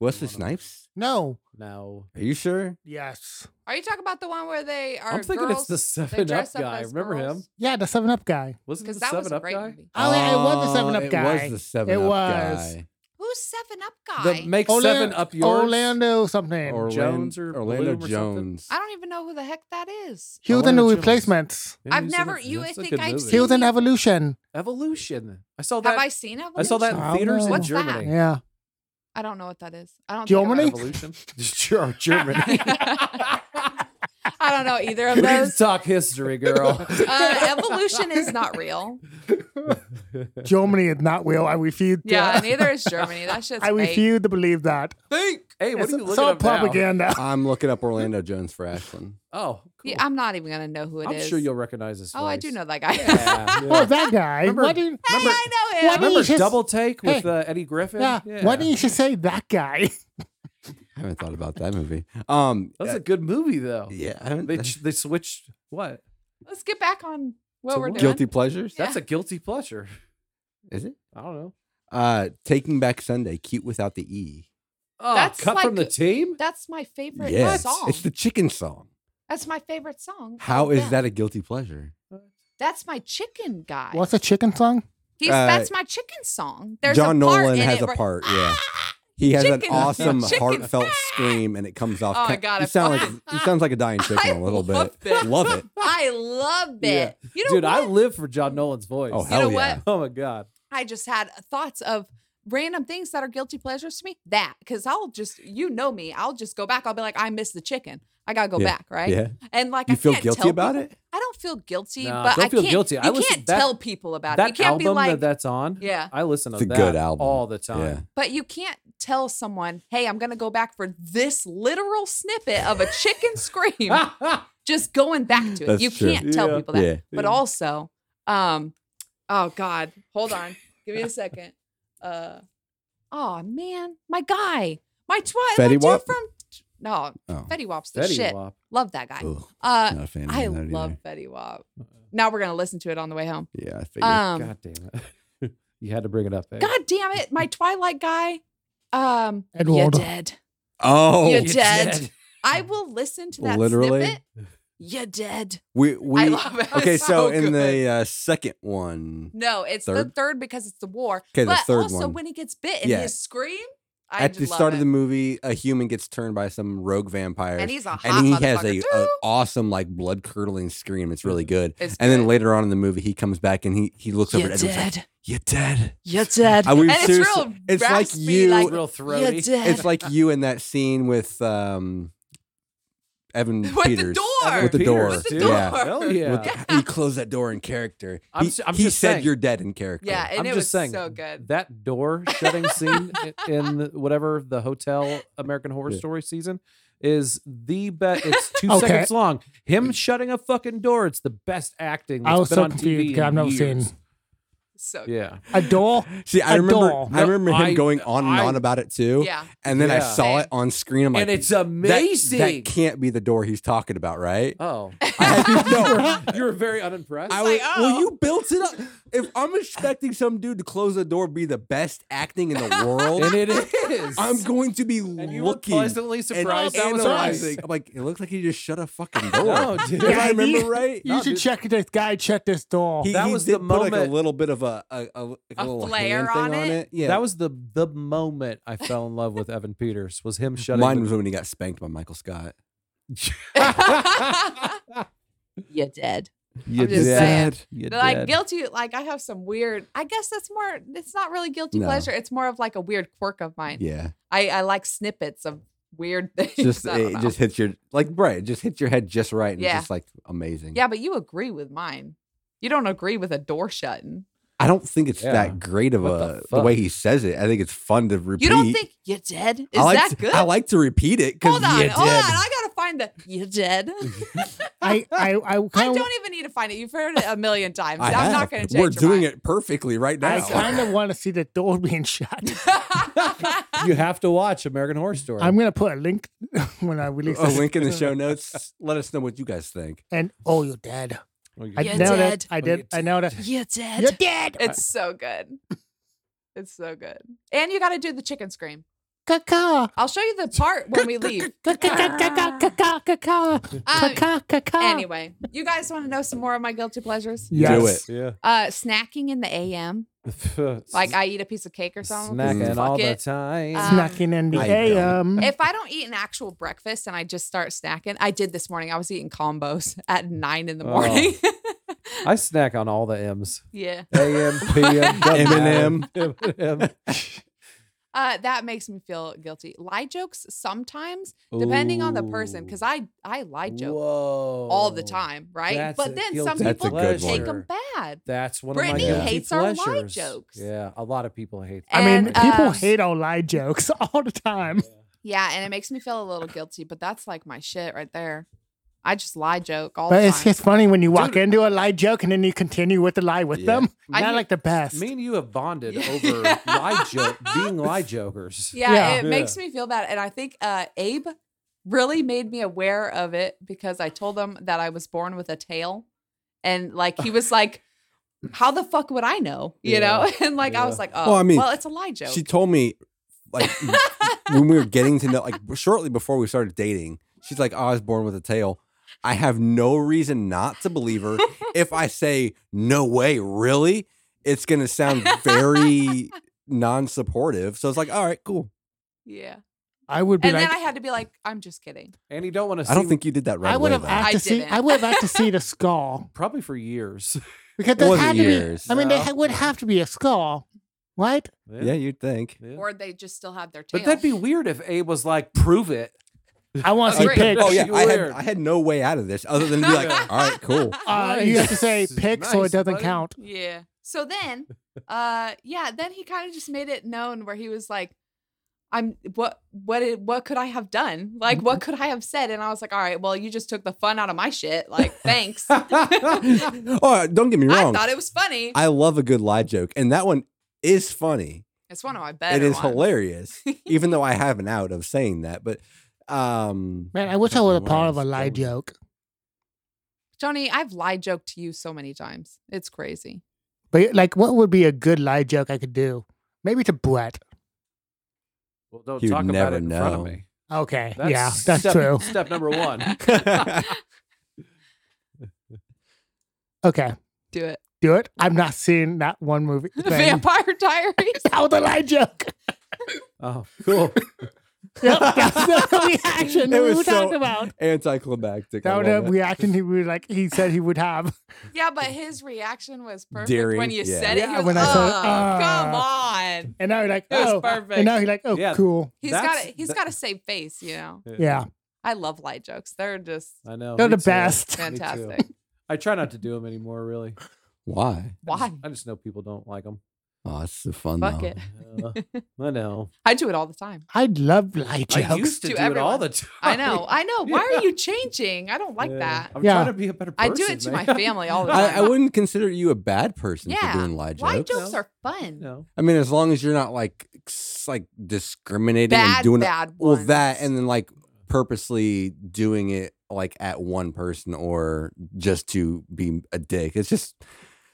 Wesley One of- Snipes? no. no. Are you sure? Yes. Are you talking about the one where they are I'm thinking girls? it's the they Seven Up dress up guy. as Remember him? girls? Yeah, the Seven Up guy. Wasn't Because the that was Seven a Up great guy? movie. Oh, yeah, it was the Seven Oh, Up It guy. was the Seven It Up was. guy. Who's Seven Up guy? The make Orla- Seven Up yours. Orlando something. Orlan- Jones or Orlando Bloom or something? Jones. I don't even know who the heck that is. he was in Orlando the Jones. replacements. Yeah, I've he's never- in you that's a think good I've movie. He was in Seen- Evolution. Evolution. I saw Have that. I seen Evolution? I saw that I in don't theaters know. in What's that? Germany. Yeah. I don't know what that is. I don't. Germany? Think Evolution. sure, Germany. I, ever- I don't know either of we need to those. talk history, girl. Uh, evolution is not real. Germany is not real. I refuse. To, Yeah, neither is Germany. That shit's I fake. refuse to believe that. Think. Hey, what it's are you it's looking all up now? propaganda. I'm looking up Orlando Jones for Ashland. Oh, cool. Yeah, I'm not even gonna know who it I'm is. sure you'll recognize this. Oh, I do know that guy. Yeah, yeah. Oh, that guy. Remember- why didn't, Hey, Remember- I know him. Why Remember didn't you just- Double Take with Hey. uh, Eddie Griffin? yeah, why didn't you just say that guy? I haven't thought about that movie. Um, That was a good movie, though. yeah, I haven't. They ch- they switched. What? Let's get back on what So we're what? doing. guilty pleasures. That's a guilty pleasure. Is it? I don't know. Uh, Taking Back Sunday, cute without the e. Oh, That's cut from the like- team. That's my favorite Yes, song. it's the chicken song. That's my favorite song. How of is them. that a guilty pleasure? That's my chicken guy. What's a chicken song? He's Uh, that's my chicken song. There's John a part Nolan in has it a where- Ah, part, yeah. He has an Chicken- awesome chicken. heartfelt scream, and it comes off. Oh, I kind- got you it. sound like he sounds like a dying chicken I a little bit. love it. Love it. I love it. Yeah. You know Dude, what? I live for John Nolan's voice. Oh know hell yeah! what? Oh my god. I just had thoughts of random things that are guilty pleasures to me. That because I'll just you know me, I'll just go back. I'll be like, I missed the chicken. I gotta go Yeah. back, right? Yeah, And like, you I feel can't guilty tell about people- it. I don't feel guilty, Nah, but don't I feel can't, guilty. You I listen- can't that- tell people about it. You That can't album be like, that that's on. yeah, I listen to It's a that good album. all the time. Yeah. but you can't tell someone, hey, I'm gonna go back for this literal snippet of a chicken scream. just going back to it. That's you true. can't tell Yeah. people that. Yeah. But also, um, oh God, hold on. Give me a second. Uh oh man, my guy. My twi- my Fetty dude Wap? from no, Oh, Fetty Wap's the Fetty shit. Wap. Love that guy. ugh, Uh not a fan. Of I that either. love Fetty Wap. Now we're gonna listen to it on the way home. Yeah, I figured. Um God damn it. you had to bring it up. eh? God damn it, my Twilight guy. Um Edward. you're dead. oh, you You dead. I will listen to that Literally? snippet. You're dead. we we I love it. okay. It's So, so in good. the uh, second one, No, it's the Third? third because it's the war. 'Kay, the but third also one. when he gets bit and Yeah. his scream, I at just the love start it. of the movie, a human gets turned by some rogue vampire, and he's a hot and he has a, motherfucker. Mm-hmm. a Doo! awesome like blood curdling scream. It's really good. It's And then good. later on in the movie, he comes back and he he looks over you're at Edward. dead. You're dead. You're dead. I would and it's seriously- real. it's like raspy, you- Like, Real you're throaty. dead. It's like you in that scene with um, Evan With the Peters door. with the Peters, door. With the dude. door. Yeah. Hell yeah. With the- he closed that door in character. I'm he s- I'm he just said saying. you're dead in character. yeah, and I'm it just was saying, so good. That door shutting scene i- in the- whatever the hotel American Horror Yeah. Story season is the best. It's two Okay. seconds long. Him shutting a fucking door. It's the best acting. I that's was been so on confused TV because I've in never years. seen So good. Yeah, a door. See, I A remember doll. I remember him I- going on and I- on about it too. yeah, And then I Yeah. saw it Same. on screen. I'm like, and it's "That- that amazing. can't be the door he's talking about, right? oh, I had- no, you were very unimpressed. I was, like, well, oh. you built it up. If I'm expecting some dude to close the door, be the best acting in the world, and it is. I'm going to be and you were looking pleasantly surprised. I and was analyzing. right. I'm like, it looks like he just shut a fucking door. No, dude. If I Yeah, remember you- right, You No, should dude. check this guy. Check this door. Oh, he, That he was did the put like a moment- little bit of a a, a, like a A little flare hand thing on on it? it. Yeah, That was the the moment I fell in love with Evan Peters was him shutting. mine. the- Was when he got spanked by Michael Scott. you're dead. you just saying. did. You But, like did. guilty. Like I have some weird. I guess that's more. It's not really guilty No. pleasure. It's more of like a weird quirk of mine. Yeah, I I like snippets of weird things. just I don't know. it just hits your like right. It just hits your head just right, and Yeah. it's just like amazing. Yeah, but you agree with mine. You don't agree with a door shutting. I don't think it's Yeah. that great of What a the the, way fuck? he says it. I think it's fun to repeat. You don't think you're dead? Is I like that to, good? I like to repeat it because hold on, you hold on. did. I gotta find the you're dead. I, I, I I kind of, don't even need to find it. You've heard it a million times. I I'm have. not gonna change. We're doing it perfectly right now. I kind of want to see the door being shut. it. you have to watch American Horror Story. I'm gonna put a link when I release a this. link in the show notes. Let us know what you guys think. And oh, you're dead. Oh, you- I You're nailed dead. it. I Oh, did. you're I nailed it. you're dead. You're dead. It's so good. It's so good. And you gotta do the chicken scream. Caca. I'll show you the part when we leave. Um, anyway, you guys want to know some more of my guilty pleasures? Yes. Do yeah. Uh, snacking in the AM. Like I eat a piece of cake or something. snacking fuck all it. the time. Uh, Snacking in the I AM. If I don't eat an actual breakfast and I just start snacking, I did this morning. I was eating combos at nine in the Oh. morning. I snack on all the M's. yeah. AM, PM, M&M. M. Uh, that makes me feel guilty. Lie jokes sometimes, depending on the person, because I, I lie joke Whoa. all the time, right? That's a but then some guilty That's a people good take one. them bad. That's one of my Brittany guilty hates our lie pleasures. jokes. Yeah, a lot of people hate. I mean, And, people um, hate our lie jokes all the time. Yeah, and it makes me feel a little guilty, but that's like my shit right there. I just lie joke all But the it's time. just funny when you walk into a lie joke and then you continue with the lie with Yeah. them. I I mean- like the best. Me and you have bonded Yeah. over lie joke, being lie jokers. Yeah, Yeah. it Yeah. makes me feel bad. And I think uh, Abe really made me aware of it because I told him that I was born with a tail. And like, he was like, how the fuck would I know? You know? And like, I was Yeah. like, oh, Well, well, I mean, it's a lie joke. She told me, like, when we were getting to know, like, shortly before we started dating, she's like, oh, I was born with a tail. I have no reason not to believe her. if I say, no way, really, it's going to sound very non supportive. So it's like, all right, cool. Yeah. I would be And like, then I had to be like, I'm just kidding. And you don't want to see I don't think you did that right I would away. have though. asked to I see. didn't. I would have asked to see the skull probably for years. because It there wasn't had to years. be. I mean, there No. ha- would have to be a skull, right? yeah, you'd think. Yeah. Or they just still have their tail. But that'd be weird if Abe was like, prove it. I want to see Agreed. pics. Oh yeah, You I had, weird. I had no way out of this other than to be like, all right, cool. Uh, You have to say Nice. pics, so Nice, it doesn't buddy. count. Yeah. So then, uh, yeah, then he kind of just made it known where he was like, "I'm what what i- what could I have done? Like, what could I have said?" And I was like, "All right, well, you just took the fun out of my shit. Like, thanks. I oh, don't get me wrong. thought it was funny. I love a good lie joke, and that one is funny. it's one of my better. it is ones. hilarious, even though I have an out of saying that. But um, Man, I wish I don't would know have where thought of was a lie going. joke. Johnny. I've lie joked to you so many times. It's crazy. But like, what would be a good lie joke I could do? Maybe to Brett. Well, don't You'd talk about never it in front know. of me. Okay, That's yeah, that's step, true. Step number one. Okay, Do it. do it. I'm not seeing that one movie. Thing. Vampire Diaries. That was a lie joke. Oh, cool. Yep, that's the reaction It we was were so- talking about. anticlimactic. I That was a love it. reaction he would like. He said he would have. Yeah, but his reaction was perfect Daring, when you yeah. Ah. said it. Yeah, he was, when I said it, "Oh, uh, come on. And now you're like, It was oh, perfect. and now you're like, oh, Yeah. cool. He's got That's- a, he's that- got a safe face, you know. Yeah, I love lie jokes. They're just I know. they're me the too. best. Me too. fantastic. I try not to do them anymore, really. Why? I just- Why? I just know people don't like them. Oh, that's so fun Fuck though. it. I know. I do it all the time. I love lie jokes. I used To to, do it all everyone. the time. I know. I know. Why Yeah. are you changing? I don't like Yeah. that. I'm Yeah. trying to be a better I person. do it to my man. family all the I, I time. wouldn't consider you a bad person Yeah. for doing lie jokes. Lie jokes No. are fun. No. I mean, as long as you're not like s- like discriminating Bad, and doing it bad well ones. that and then like purposely doing it like at one person or just to be a dick. It's just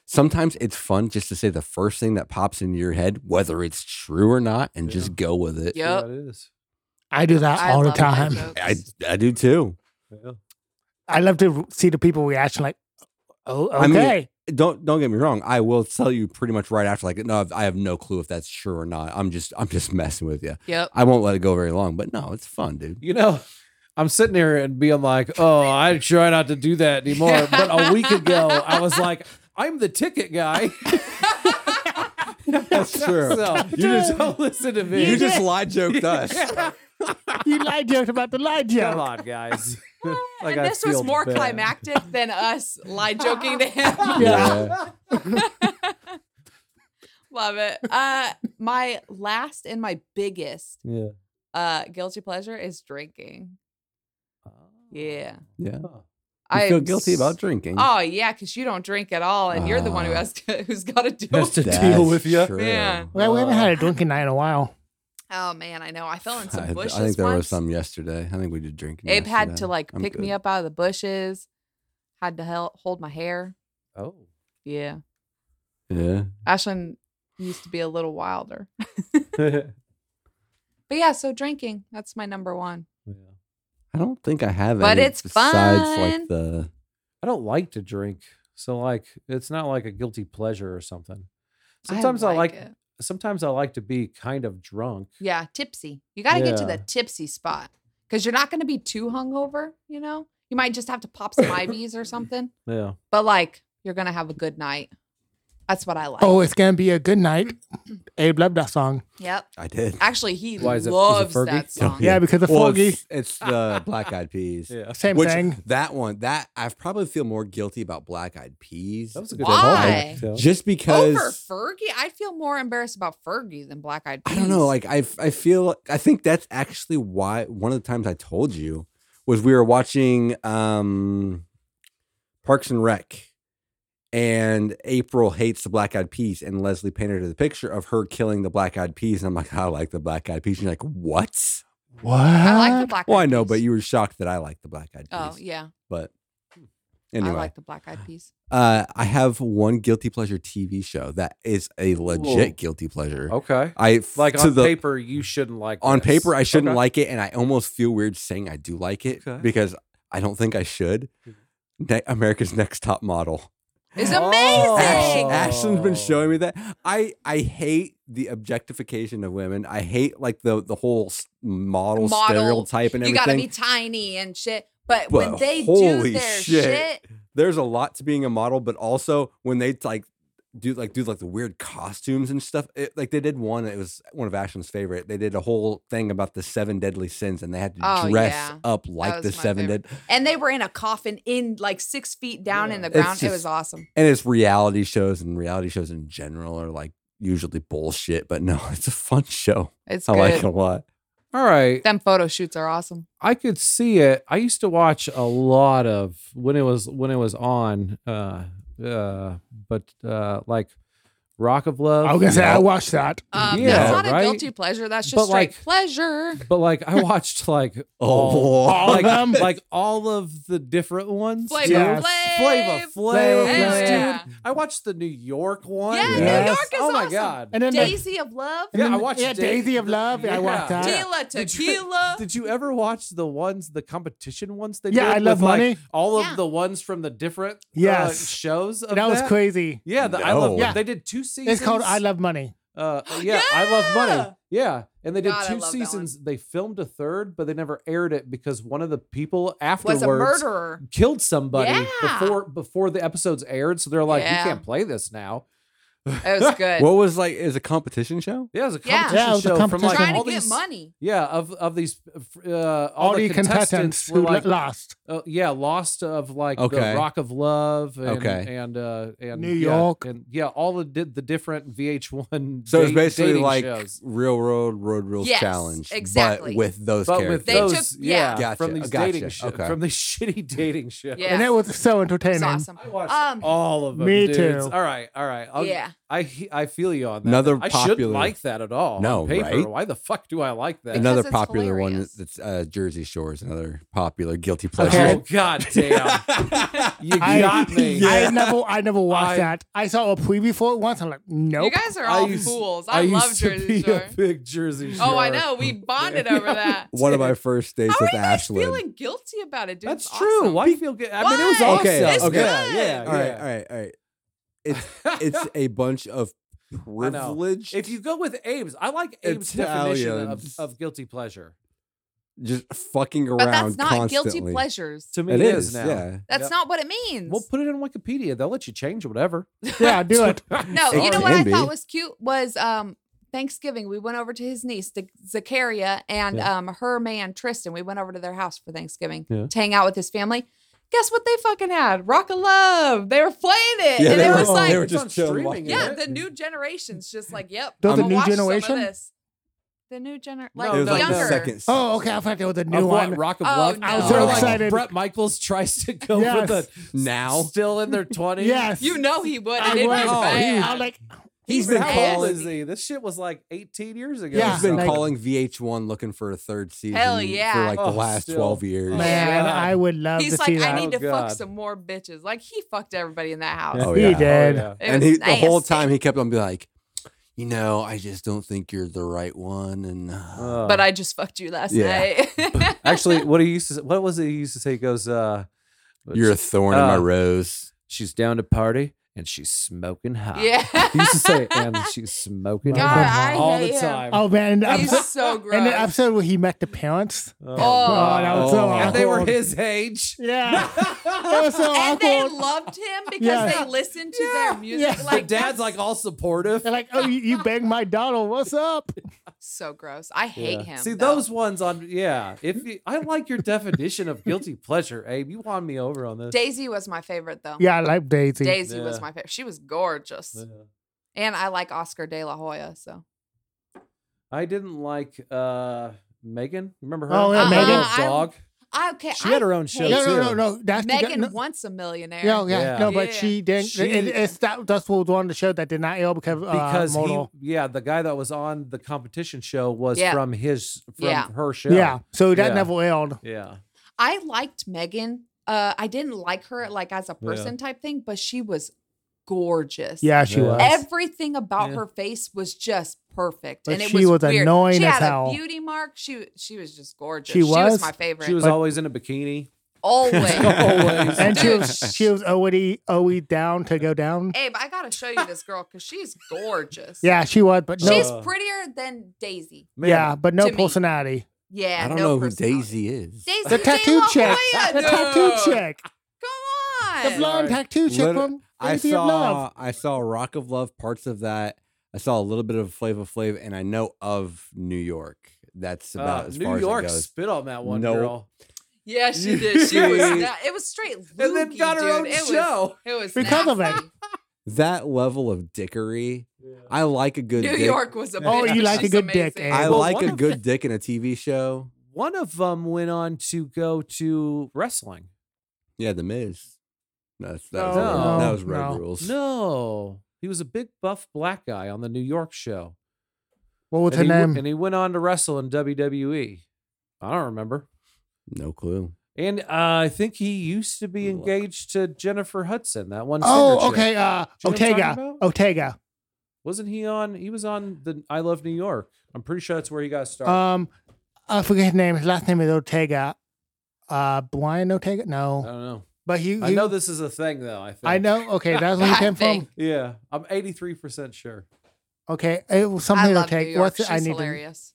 sometimes it's fun just to say the first thing that pops into your head, whether it's true or not, and Yeah. just go with it. Yeah. Yeah, Yep. it is. I do that I all the love lie time. jokes. I I do too. Yeah. I love to see the people reaction, like, oh, okay. I mean, Don't don't get me wrong. I will tell you pretty much right after, like, no, I've- I have no clue if that's true or not. I'm just I'm just messing with you. Yep. I won't let it go very long, but no, it's fun, dude. You know, I'm sitting here and being like, oh, I try not to do that anymore. But a week ago, I was like, I'm the ticket guy. That's true. So just- you just don't listen to me. You You just did. lie joked us. you lie joked about the lie Come joke. on, guys. Like, I and this was feel more bad. climactic than us lie joking to him. Yeah. Love it. Uh, my last and my biggest Yeah. uh guilty pleasure is drinking. Yeah. Yeah. Oh. I I feel am guilty s- about drinking. Oh yeah, because you don't drink at all, and you're the one who Ah. has to, who's got to do Has it. to deal with you. true. Man. Well, we haven't had a drinking night in a while. Oh man, I know. I fell in I, some I bushes think there once. was some yesterday. I think we did drink. Abe had to yesterday. like I'm pick me good. up out of the bushes. Had to hel- hold my hair. Oh. Yeah, Yeah. Ashlyn used to be a little wilder, but yeah. So drinking, that's my number one. I I don't think I have But any it's besides fun. like the don't like to drink. So like it's not like a guilty pleasure or something. I Sometimes I like, it. sometimes I like to be kind of drunk. Yeah, tipsy. You got to get to Yeah. the tipsy spot because you're not going to be too hungover. You know, you might just have to pop some IVs or something, Yeah. but like you're going to have a good night. That's what I like. Oh, it's gonna be a good night. Abe loved that song. Yep. I did. Actually, he Why is it- is it loves Fergie? that song. Yeah, because of Well, Foggy. it's, it's the black eyed peas. Yeah. Same Which thing. that one that I probably feel more guilty about black eyed peas. That was a good Why? call. Yeah. Just because Over Fergie, I feel more embarrassed about Fergie than Black Eyed Peas. I don't know. Like I, f- I feel. I think that's actually why one of the times I told you was we were watching um, Parks and Rec, and April hates the Black Eyed Peas, and Leslie painted her the picture of her killing the Black Eyed Peas, and I'm like, I like the Black Eyed Peas. And you're like, what? What? I like the Black. Well, Eyed I know, Peas. but you were shocked that I like the Black Eyed Peas. Oh yeah, But anyway, I like the Black Eyed Peas. uh, I have one guilty pleasure TV show that is a legit Ooh. guilty pleasure. Oh, Okay. I f- Like to on the- paper, you shouldn't like. on this. paper i shouldn't Okay. like it and i almost feel weird saying i do like it Okay. because i don't think i should Mhm. ne- america's next top model It's Oh. amazing. Oh. Ashlyn's been showing me that. I I hate the objectification of women. I hate like the the whole s- model, Model. stereotype and You everything. gotta be tiny and shit. But, when But they holy do their shit. shit, There's a lot to being a model, but also when they like do like do like the weird costumes and stuff. It, like they did one. It was one of Ashlyn's favorite. They did a whole thing about the seven deadly sins, and they had to Oh, dress yeah. up was like the my seven favorite. dead. and they were in a coffin in like six feet down in Yeah. the ground. It's it was just- awesome. And it's reality shows, and reality shows in general are like usually bullshit. But no, it's a fun show. It's I good. like it a lot. All right. Them photo shoots are awesome. I could see it. I used to watch a lot of when it was when it was on. Uh, uh, but uh, like Rock of Love. I was gonna say I No. watched that. Um, Yeah, that's not right? a guilty pleasure. That's just But, straight like- pleasure. But like I watched like all, Oh, all like, of them? like all of the different ones. Flavor too. Yeah. Flav. Flavor Flav, Flav, yeah. dude. I watched the New York one. Yeah, New Yes. York is Oh my awesome. god. And then the, Daisy of Love. yeah, and I then- watched yeah, Da- Daisy of Love. Yeah, I watched Yeah. that. Tequila, Did you- tequila. Did you ever watch the ones, the competition ones they Yeah, did I Love with, like, Money. all of Yeah. the ones from the different uh, Yes. shows of That was crazy. Yeah, the I love No. yeah. Yeah. they did two seasons. It's called I Love Money. uh, yeah, I love money. Yeah, and they did God, I two love that one. seasons. They filmed a third, but they never aired it because one of the people was afterwards a murderer. killed somebody Yeah. before before the episodes aired. So they're like, Yeah. you can't play this now. It was good. What was like is a competition show? Yeah, it was a Yeah. competition Yeah, it was a show from like competition. Trying all to get these money. yeah of of these uh, all, All the contestants were who like lost. uh, yeah, Lost of like Okay. the Rock of Love, and, Okay. and uh, and New yeah, York. and yeah, all the di- the different VH1. So it's date- basically dating like shows. Real Road Road Rules Yes, Challenge, exactly. but with those but characters. with They took- those, yeah, yeah. from Gotcha, these gotcha, dating shows, okay. from these shitty dating shows. Yeah. And it was so entertaining. It's awesome. I watched Um, all of them. me dudes. too. All right, all right. I'll- yeah. I he- I feel you on that. Another I shouldn't popular- like that at all. No, on paper. right? Why the fuck do I like that? Because another it's popular hilarious. one that's uh, Jersey Shore is another popular guilty Okay. pleasure. Oh god damn! you I- got me. I never, I never watched I- that. I saw a preview for it once. I'm like, You nope. guys are all I used- fools. I, love Jersey to be Shore. a big Jersey Shore. Oh, I know. We bonded over that. One of my first dates How are with you guys Ashlyn. feeling guilty about it, dude? That's It's true. awesome. Why do you feel good? I mean, it was Why? awesome. Okay, It's okay. good. Yeah, yeah. All right, all right, all right. It's a bunch of know. privileged, if you go with Abe's, I like Abe's definition of, Italians. of guilty pleasure. just fucking around. But that's not guilty constantly. pleasures. To me, It is, now. yeah. That's Yep. not what it means. We'll put it in Wikipedia. They'll let you change whatever. yeah, do it. No, you It know what I can eh? thought be. was cute was um Thanksgiving. We went over to his niece, Th- Zacharia, and Yeah. um her man Tristan. We went over to their house for Thanksgiving Yeah. to hang out with his family. Guess what they fucking had? Rock of Love. They were playing it, Yeah, and they it were- was like, they were It's just on chilling, streaming, watching yeah, isn't the it? new generation's just like, yep, The I'm gonna new watch some of generation? this. The new generation, like No, it was no, like younger. the second. Oh, okay. I thought it was a Of new what, one. Rock of Oh, Love. no. I was so Or like excited. Brett Michaels tries to go Yes. for the Now? still in their twenties. Yes. You know he would. I and It was. was Oh, bad. I'm like, He's Even been how How old calling. is is he? This shit was like 18 years ago. Yeah. He's been Like- calling VH1 looking for a third season. yeah. For like Oh, the last still. twelve years. Man. man, God. I would love to He's see like, that. I need to Oh, God. fuck some more bitches. Like he fucked everybody in that house. Oh, he yeah. did. Oh, It and was he the whole nasty. time he kept on being like, you know, I just don't think you're the right one, and uh, yeah. Uh, But I just fucked you last Yeah. uh, night. actually, what he used to say, what was it he used to say? He goes, uh, you're a thorn in my uh, rose. she's down to party and she's smoking hot. yeah. He used to say, and she's smoking God, hot I all the hate him. time. Oh man, and the, He's episode, so gross. and the episode where he met the parents. Oh. Oh, that was so Oh. awkward. and they were his age. Yeah, that was so And they awkward. loved him because Yeah. they listened to Yeah. their music. Yeah. Like the dad's that's like "Oh." all supportive. They're like, oh, you, you banged my daughter. What's up? so gross. I hate Yeah. him. See though. those ones on yeah. If you, I like your definition of guilty pleasure, Abe, you won me over on this. Daisy was my favorite though. Yeah, I like Daisy. Daisy was Yeah. my favorite. She was gorgeous, Yeah. and I like Oscar De La Hoya. So I didn't like uh Megan. Remember her? Oh, yeah, The Megan. little Uh-uh, I- Dog. I okay. She I had her own show hate No, too. no, no, no. That's the- Megan no, once a millionaire. No, yeah, Yeah. no, but Yeah. she didn't. She- it, it's that that's what was on the show that did not air because uh, because he, Mortal. yeah, the guy that was on the competition show was Yeah. from his from Yeah. her show. yeah, so that Yeah. never aired. yeah. I liked Megan. Uh, I didn't like her like as a Yeah. person type thing, but she was gorgeous. Yeah, she Yeah. was. Everything about Yeah. her face was just perfect, But and it she was, was weird. annoying She as had hell. a beauty mark. She she was just gorgeous. She She was, was? my favorite. She was But- always in a bikini. Always. Always. And she Dude, was she was already always down to go down. Abe, I gotta show you this girl because she's gorgeous. Yeah, she was, but no. She's Uh, prettier than Daisy. Man, yeah, but no to me. personality. Yeah. I don't no know who personality. Daisy is. Daisy The De tattoo La chick. Hoya, The dude. tattoo chick. Come on. The blonde tattoo chick Liter- from I Baby saw of Love. I saw Rock of Love parts of that. I saw a little bit of Flava Flav, and I know of New York. That's about Uh, as far New as York it goes. spit on that one No. girl. Yeah, she did. She was. Jeez. na- it was straight. Loogie, And then got her dude. own it was- show. it was Because of nasty. that level of dickery. I like a good New dick. York was a. Oh, bitch. you like a She's good dick, amazing. I Well, like one a of good dick in a TV show. One of them went on to go to wrestling. Yeah, The Miz. No, that's, that, was, No. Road- that was Road No. Rules. No, he was a big buff black guy on the New York show. What was her and he, name? And he went on to wrestle in WWE. I don't remember. No clue. And uh, I think he used to be Let me look. engaged to Jennifer Hudson. That one. singer Oh, chick. okay. Uh, You know what I'm talking Ortega. about? Ortega. Wasn't he on? He was on the I Love New York. I'm pretty sure that's where he got started. Um, I forget his name. His last name is Ortega. Uh, Brian Ortega. I No, don't know. but he. Uh, I he- know this is a thing, though. I think. Oh. I know. Okay, that's where he I came think. from. Yeah, I'm 83 percent sure. Okay, it was I something love New Ortega. York. What's She's it? I need to, hilarious.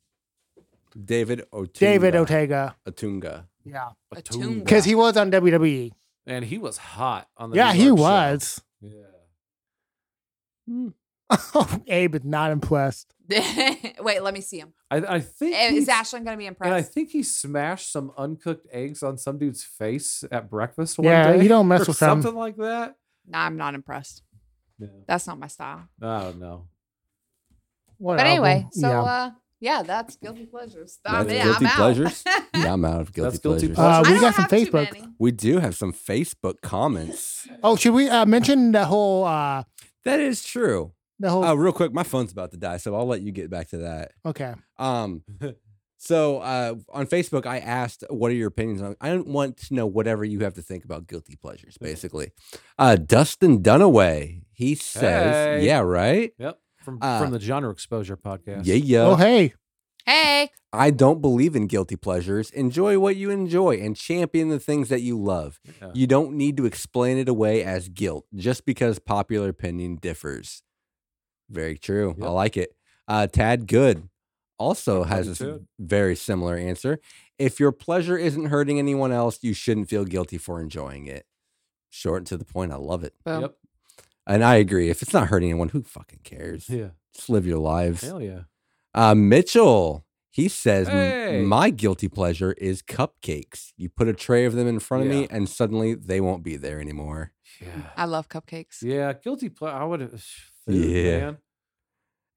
David Otunga. David Ortega. Atunga. Yeah, A Batum. tune because guy. he was on WWE. And he was hot on the. Yeah, New he York show. was. Yeah. Abe is not impressed. Wait, let me see him. I, I think Eh, Is he's- Ashlyn gonna be And I impressed? think he smashed some uncooked eggs on some dude's face at breakfast one Yeah, day. you don't mess or with them. something like that. Nah, I'm not impressed. That's not my style. I don't know. What But album? anyway, so Yeah. uh, yeah, that's guilty pleasures. That's I'm in, I'm guilty out. pleasures? Yeah, I'm out of guilty That's pleasures. guilty pleasure. Uh, I we don't Uh, got some have too Facebook. many. we do have some Facebook comments. oh, should we uh, mention the whole uh that is true. the whole? Uh, Oh. real quick, my phone's about to die, so I'll let you get back to that. okay, Um, so uh, on Facebook, I asked, "What are your opinions on?" I don't want to know whatever you have to think about guilty pleasures. Basically, uh, Dustin Dunaway, he says, Hey. "Yeah, right, Yep. From Uh, from the genre exposure podcast. yeah, yeah." oh hey, Hey, I don't believe in guilty pleasures. Enjoy what you enjoy and champion the things that you love. Yeah. You don't need to explain it away as guilt just because popular opinion differs. Very true. I Yep. like it. Uh, Tad Good also has you, this Tad. very similar answer. If your pleasure isn't hurting anyone else, you shouldn't feel guilty for enjoying it. Short and to the point. I love it. Boom. Yep. And I agree. If it's not hurting anyone, who fucking cares? Yeah. Just live your lives. Hell yeah. Uh, Mitchell, he says, "M- Hey. My guilty pleasure is cupcakes. You put a tray of them in front of me, Yeah. and suddenly they won't be there anymore. Yeah. I love cupcakes. Yeah. Guilty ple I would have. Yeah. Yeah.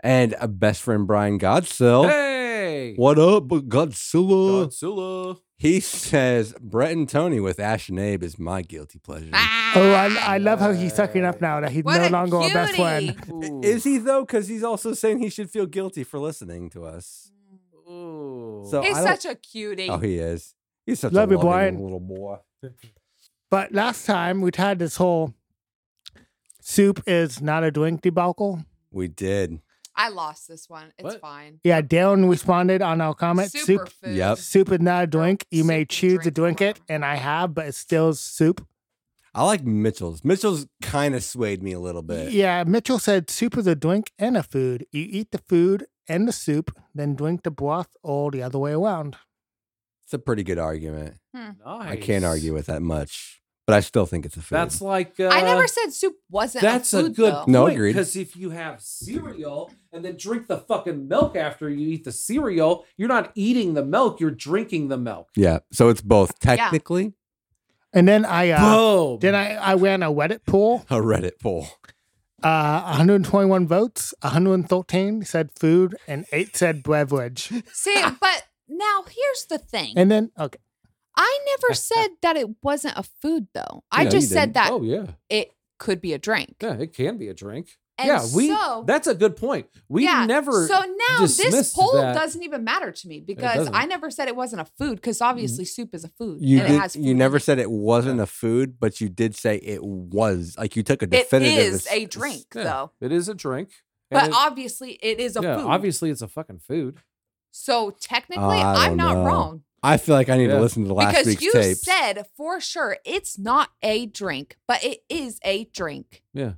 And a best friend, Brian Godsell. Hey. What up, Godzilla? Godzilla. He says, Brett and Tony with Ash and Abe is my guilty pleasure. Ah, oh I, I love how he's sucking up now that he's what no a longer our best friend. cutie. Ooh. Is he, though? Because he's also saying he should feel guilty for listening to us. Ooh. So- He's I don't- such a cutie. Oh, he is. He's such Love a you, loving Brian. little boy. But last time we tried this whole soup is not a drink debacle. We did. I lost this one. It's What? fine. Yeah, Darren responded on our comment. Soup, Superfood. Yep. soup is not a drink. You may Soup choose to drink drink it, form. and I have, but it's still soup. I like Mitchell's. Mitchell's kind of swayed me a little bit. Yeah, Mitchell said soup is a drink and a food. You eat the food and the soup, then drink the broth, or the other way around. It's a pretty good argument. nice. I can't argue with that much, but I still think it's a food. That's like. Uh, Hmm. I never said soup wasn't. That's a, a food, good though. No. agreed. Because if you have cereal and then drink the fucking milk after you eat the cereal, you're not eating the milk; you're drinking the milk. yeah. So it's both technically And then I uh, Boom. then I, I ran a Reddit poll. a Reddit poll. Uh, 121 votes. 113 said food, and eight said beverage. See, but now here's the thing. And then okay, I never said that it wasn't a food, though. I No, just you said didn't. that oh yeah, it could be a drink. yeah. It can be a drink. And yeah, we. so- that's a good point. We yeah. never. So now this dismissed poll that. doesn't even matter to me because doesn't. I never said it wasn't a food because obviously soup is a food. Mm. You and it did, has food you in never it. said it wasn't a food, but you did say it was. Like you took a it definitive. is s- a s- drink, yeah, though. it is a drink. and But it- obviously, it is a yeah, food. obviously it's a fucking food. So technically, I I'm don't not know. wrong. I feel like I need Yeah. to listen to the last because week's you tapes. said for sure it's not a drink, but it is a drink. Yeah.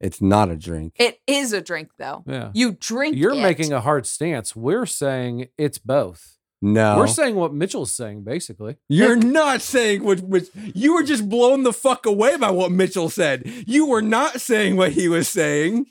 it's not a drink. It is a drink though. Yeah. You drink. You're it. making a hard stance. We're saying it's both. No, We're saying what Mitchell's saying, basically. you're not saying what, which you were just blown the fuck away by what Mitchell said. You were not saying what he was saying.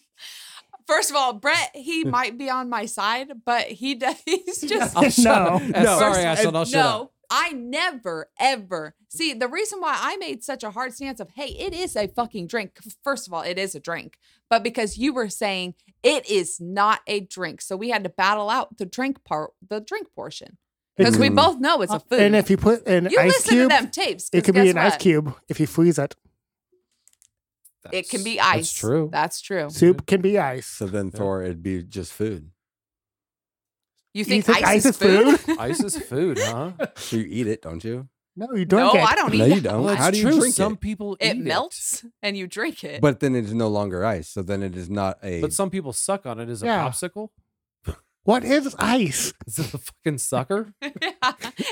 First of all, Brett, he might be on my side, but he does, he's just No. And No. Sorry, Aslan. I'll Oh, shut up. no. I never ever see the reason why I made such a hard stance of hey, it is a fucking drink. First of all, it is a drink, but because you were saying it is not a drink, so we had to battle out the drink part, the drink portion, because we Mm. both know it's a food. And if you put an you ice listen cube, to them tapes, it 'cause could be guess an ice what? cube if you freeze it. It can be That's- ice. That's true. That's true. Soup can be ice. So then, Yeah. Thor, it'd be just food. You think, ice, is food? ice is food, huh? So you eat it, don't you? No, you No, drunk it. I don't No, eat. you that. don't. Well, How it's do you true. drink some it? people It eat melts and you drink it. But then it is no longer ice. So then it is not a. But some people suck on it as a Yeah. popsicle. What is ice? Is it a fucking sucker?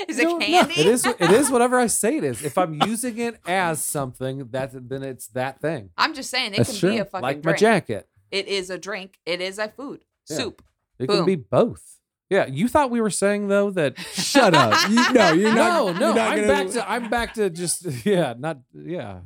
is it No, no. candy? it is. It is whatever I say it is. If I'm using it as something, that then it's that thing. I'm just saying it That's can be true. a fucking like my drink. jacket, It is a drink. It is a food. Yeah. Soup. it Boom. can be both. Yeah, you thought we were saying though that Shut up! You, no, you're not. no, no. you're not I'm gonna- back to I'm back to just yeah, not yeah,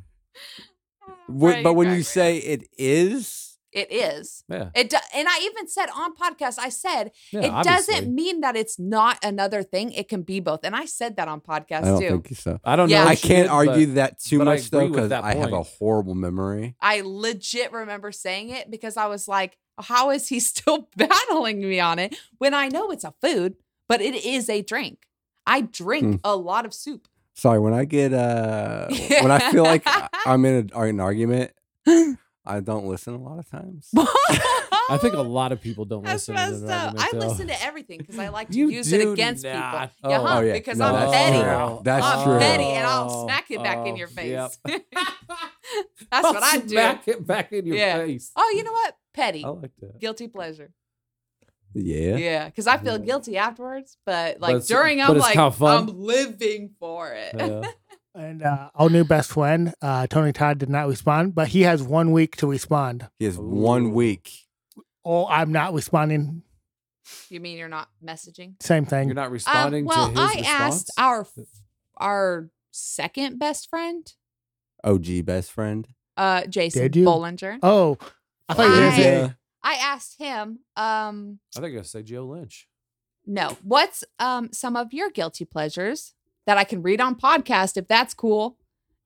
Wh- Right, but when you right, say it is, right. it is, yeah. it do- and I even said on podcast, I said yeah it obviously. doesn't mean that it's not another thing. It can be both, and I said that on podcast I don't too. think so. I don't Yeah. know. I if she can't did, argue but that too but I much though agree with because that I have a point. horrible memory. I legit remember saying it because I was like, how is he still battling me on it when I know it's a food, but it is a drink. I drink Hmm. a lot of soup. Sorry, when I get uh when I feel like I- I'm in a, an argument, I don't listen a lot of times. I think a lot of people don't That's listen. To messed the up. I argument, though. listen to everything because I like to You use it do against not. people. Yeah, Oh. huh? Oh, yeah. because No, I'm that's petty. true. That's I'm true. petty, and I'll smack it back in your Oh, face. yep. That's what I do. Smack it back in your Yeah. face. Oh, you know what? Petty. I like that. Guilty pleasure. Yeah. Yeah, because I feel Yeah. guilty afterwards, but But like it's- during, but I'm it's like, kinda fun. I'm living for it. Yeah. And uh, our new best friend, uh, Tony Todd, did not respond, but he has one week to respond. He has one Ooh. week. Oh, I'm not responding. you mean you're not messaging? Same thing. You're not Um, responding well, to his I response. Uh asked our our second best friend, OG best friend. uh, Jason Did you? Bollinger. oh, I thought you were going I- to say. I asked him, um, I think I say Joe Lynch. no, what's um some of your guilty pleasures that I can read on podcast if that's cool?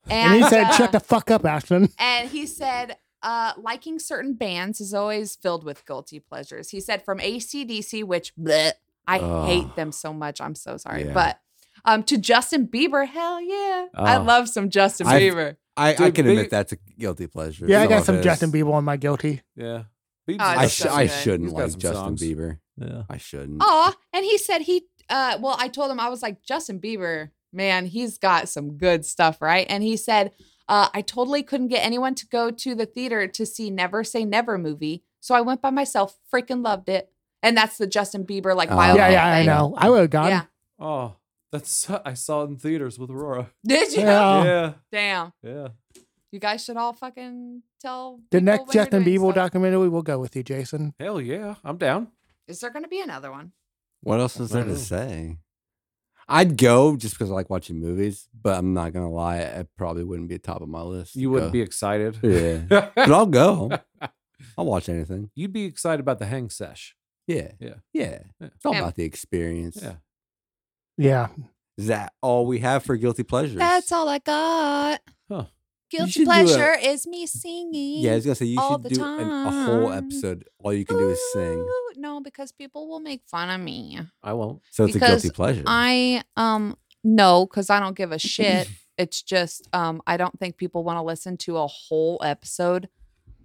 And he said, uh, shut the fuck up, Ashton. And he said, uh, liking certain bands is always filled with guilty pleasures. He said from ACDC, which bleh, I Ugh. hate them so much. I'm so sorry. Yeah. But um, to Justin Bieber, hell yeah. I Oh. love some Justin I've- Bieber. I, I Dude, can big- admit that's a guilty pleasure. Yeah, I got of some his. Justin Bieber on my guilty. Yeah. Beebs I is I, That's sh- so I good. shouldn't He's got like some Justin songs. Oh. Bieber. Yeah. I shouldn't. Aw, and he said he uh well, I told him I was like, Justin Bieber, man, he's got some good stuff, right? And he said, uh, I totally couldn't get anyone to go to the theater to see Never Say Never movie. So I went by myself, freaking loved it. And that's the Justin Bieber like Oh. biopic. yeah, yeah, I thing. know. I would have gone. Yeah. Oh, that's I saw it in theaters with Aurora. Did you? Yeah. Oh. Yeah. Damn. Yeah. You guys should all fucking tell The people next when you're Justin doing Bieber stuff. documentary, we'll go with you, Jason. Hell yeah. I'm down. Is there gonna be another one? What else is there Wow. to say? I'd go just because I like watching movies, but I'm not gonna lie, it probably wouldn't be top of my list. You wouldn't be excited. be, yeah. But I'll go. I'll watch anything. You'd be excited about the hang sesh. Yeah, Yeah. yeah. It's all Yeah. about the experience. Yeah. Yeah. Is that all we have for guilty pleasures? That's all I got. Huh. Guilty should do a- pleasure is me singing. Yeah, I was gonna say you all should the do an, a whole time. episode. All you can do is sing. Ooh, No, because people will make fun of me. I won't. So it's a Because guilty pleasure. I um no, because I don't give a shit. it's just um I don't think people want to listen to a whole episode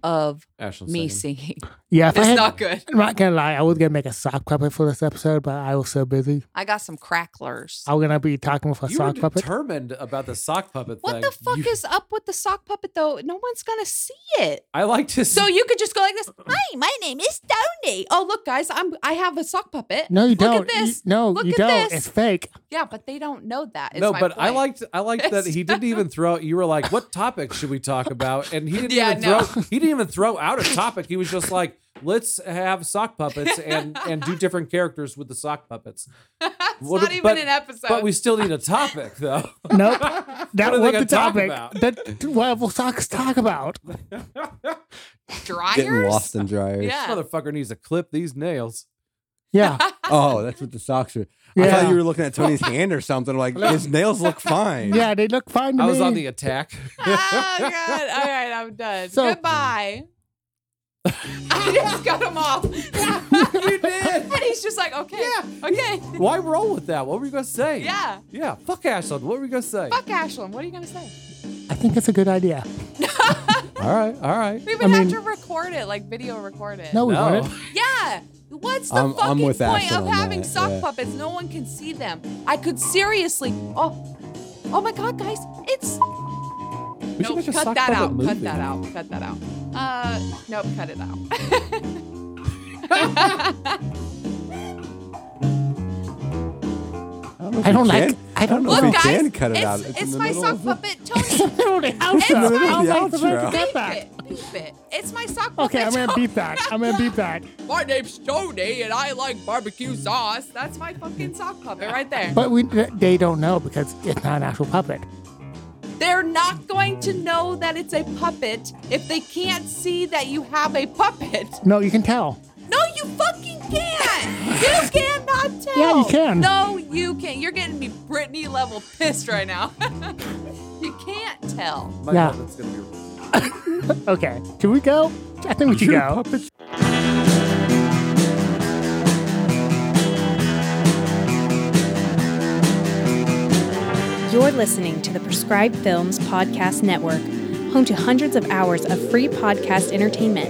of Ashlyn me singing. singing. Yeah, if I It's had, not good. I'm not gonna lie, I was gonna make a sock puppet for this episode, but I was so busy. I got some cracklers. I was gonna be talking with a You were sock puppet. determined about the sock puppet What thing. the fuck You- is up with the sock puppet though? No one's gonna see it. I like to. So you could just go like this. Hi, my name is Tony. Oh look, guys, I'm I have a sock puppet. no, you Look don't. At this. You, no, Look you at don't. this. It's fake. Yeah, but they don't know that. is no, my but I point. liked I liked that he didn't even throw. You were like, "What topic should we talk about?" And he didn't Yeah, even no. throw. He didn't even throw out a topic. He was just like, "Let's have sock puppets and and do different characters with the sock puppets." it's What- not even but- an episode. But we still need a topic, though. Nope. What are That they was gonna the talk topic. about? That what will socks talk about? dryers. Getting lost in dryers. Yeah. Motherfucker needs to clip these nails. Yeah. Oh, that's what the socks are. I Yeah. thought you were looking at Tony's hand or something. Like his nails look fine. yeah, they look fine to I me. was on the attack. oh god. All right, I'm done. So- Goodbye. I just cut him off. you did. and he's just like, okay, Yeah. okay, Why roll with that? What were you gonna say? yeah. Yeah. Fuck Ashlyn. What were you gonna say? Fuck Ashlyn. What are you gonna say? I think it's a good idea. All right. All right. We would I have mean- to record it, like video record it. No, Oh, we No. won't. Yeah. What's the I'm- I'm fucking with point Ashlyn of on having that, sock yeah. puppets? No one can see them. I could seriously. Oh, oh my God, guys, it's. We should Nope, make a cut sock that puppet out. movie. Cut that out. Cut that out. Uh, nope, cut it out. I don't You like- can. I don't know Look, if you guys, can cut it it's, out. it's, in the my middle sock of- puppet, Tony. It's in the outro. middle of the I was like, outro. I forgot beep that. it. Beep it. It's my sock puppet. Okay, I'm gonna Tony. beep that. I'm gonna beep that. My name's Tony, and I like barbecue sauce. That's my fucking sock puppet right there. But we they don't know because it's not an actual puppet. They're not going to know that it's a puppet if they can't see that you have a puppet. No, you can tell. No, you fucking can't. You cannot tell. Yeah, you can. No, you can't. You're getting me Britney level pissed right now. you can't tell. My Yeah. puppet's gonna be- Okay, can we go? I think we should Your go. puppets- You're listening to the Prescribed Films Podcast Network, home to hundreds of hours of free podcast entertainment.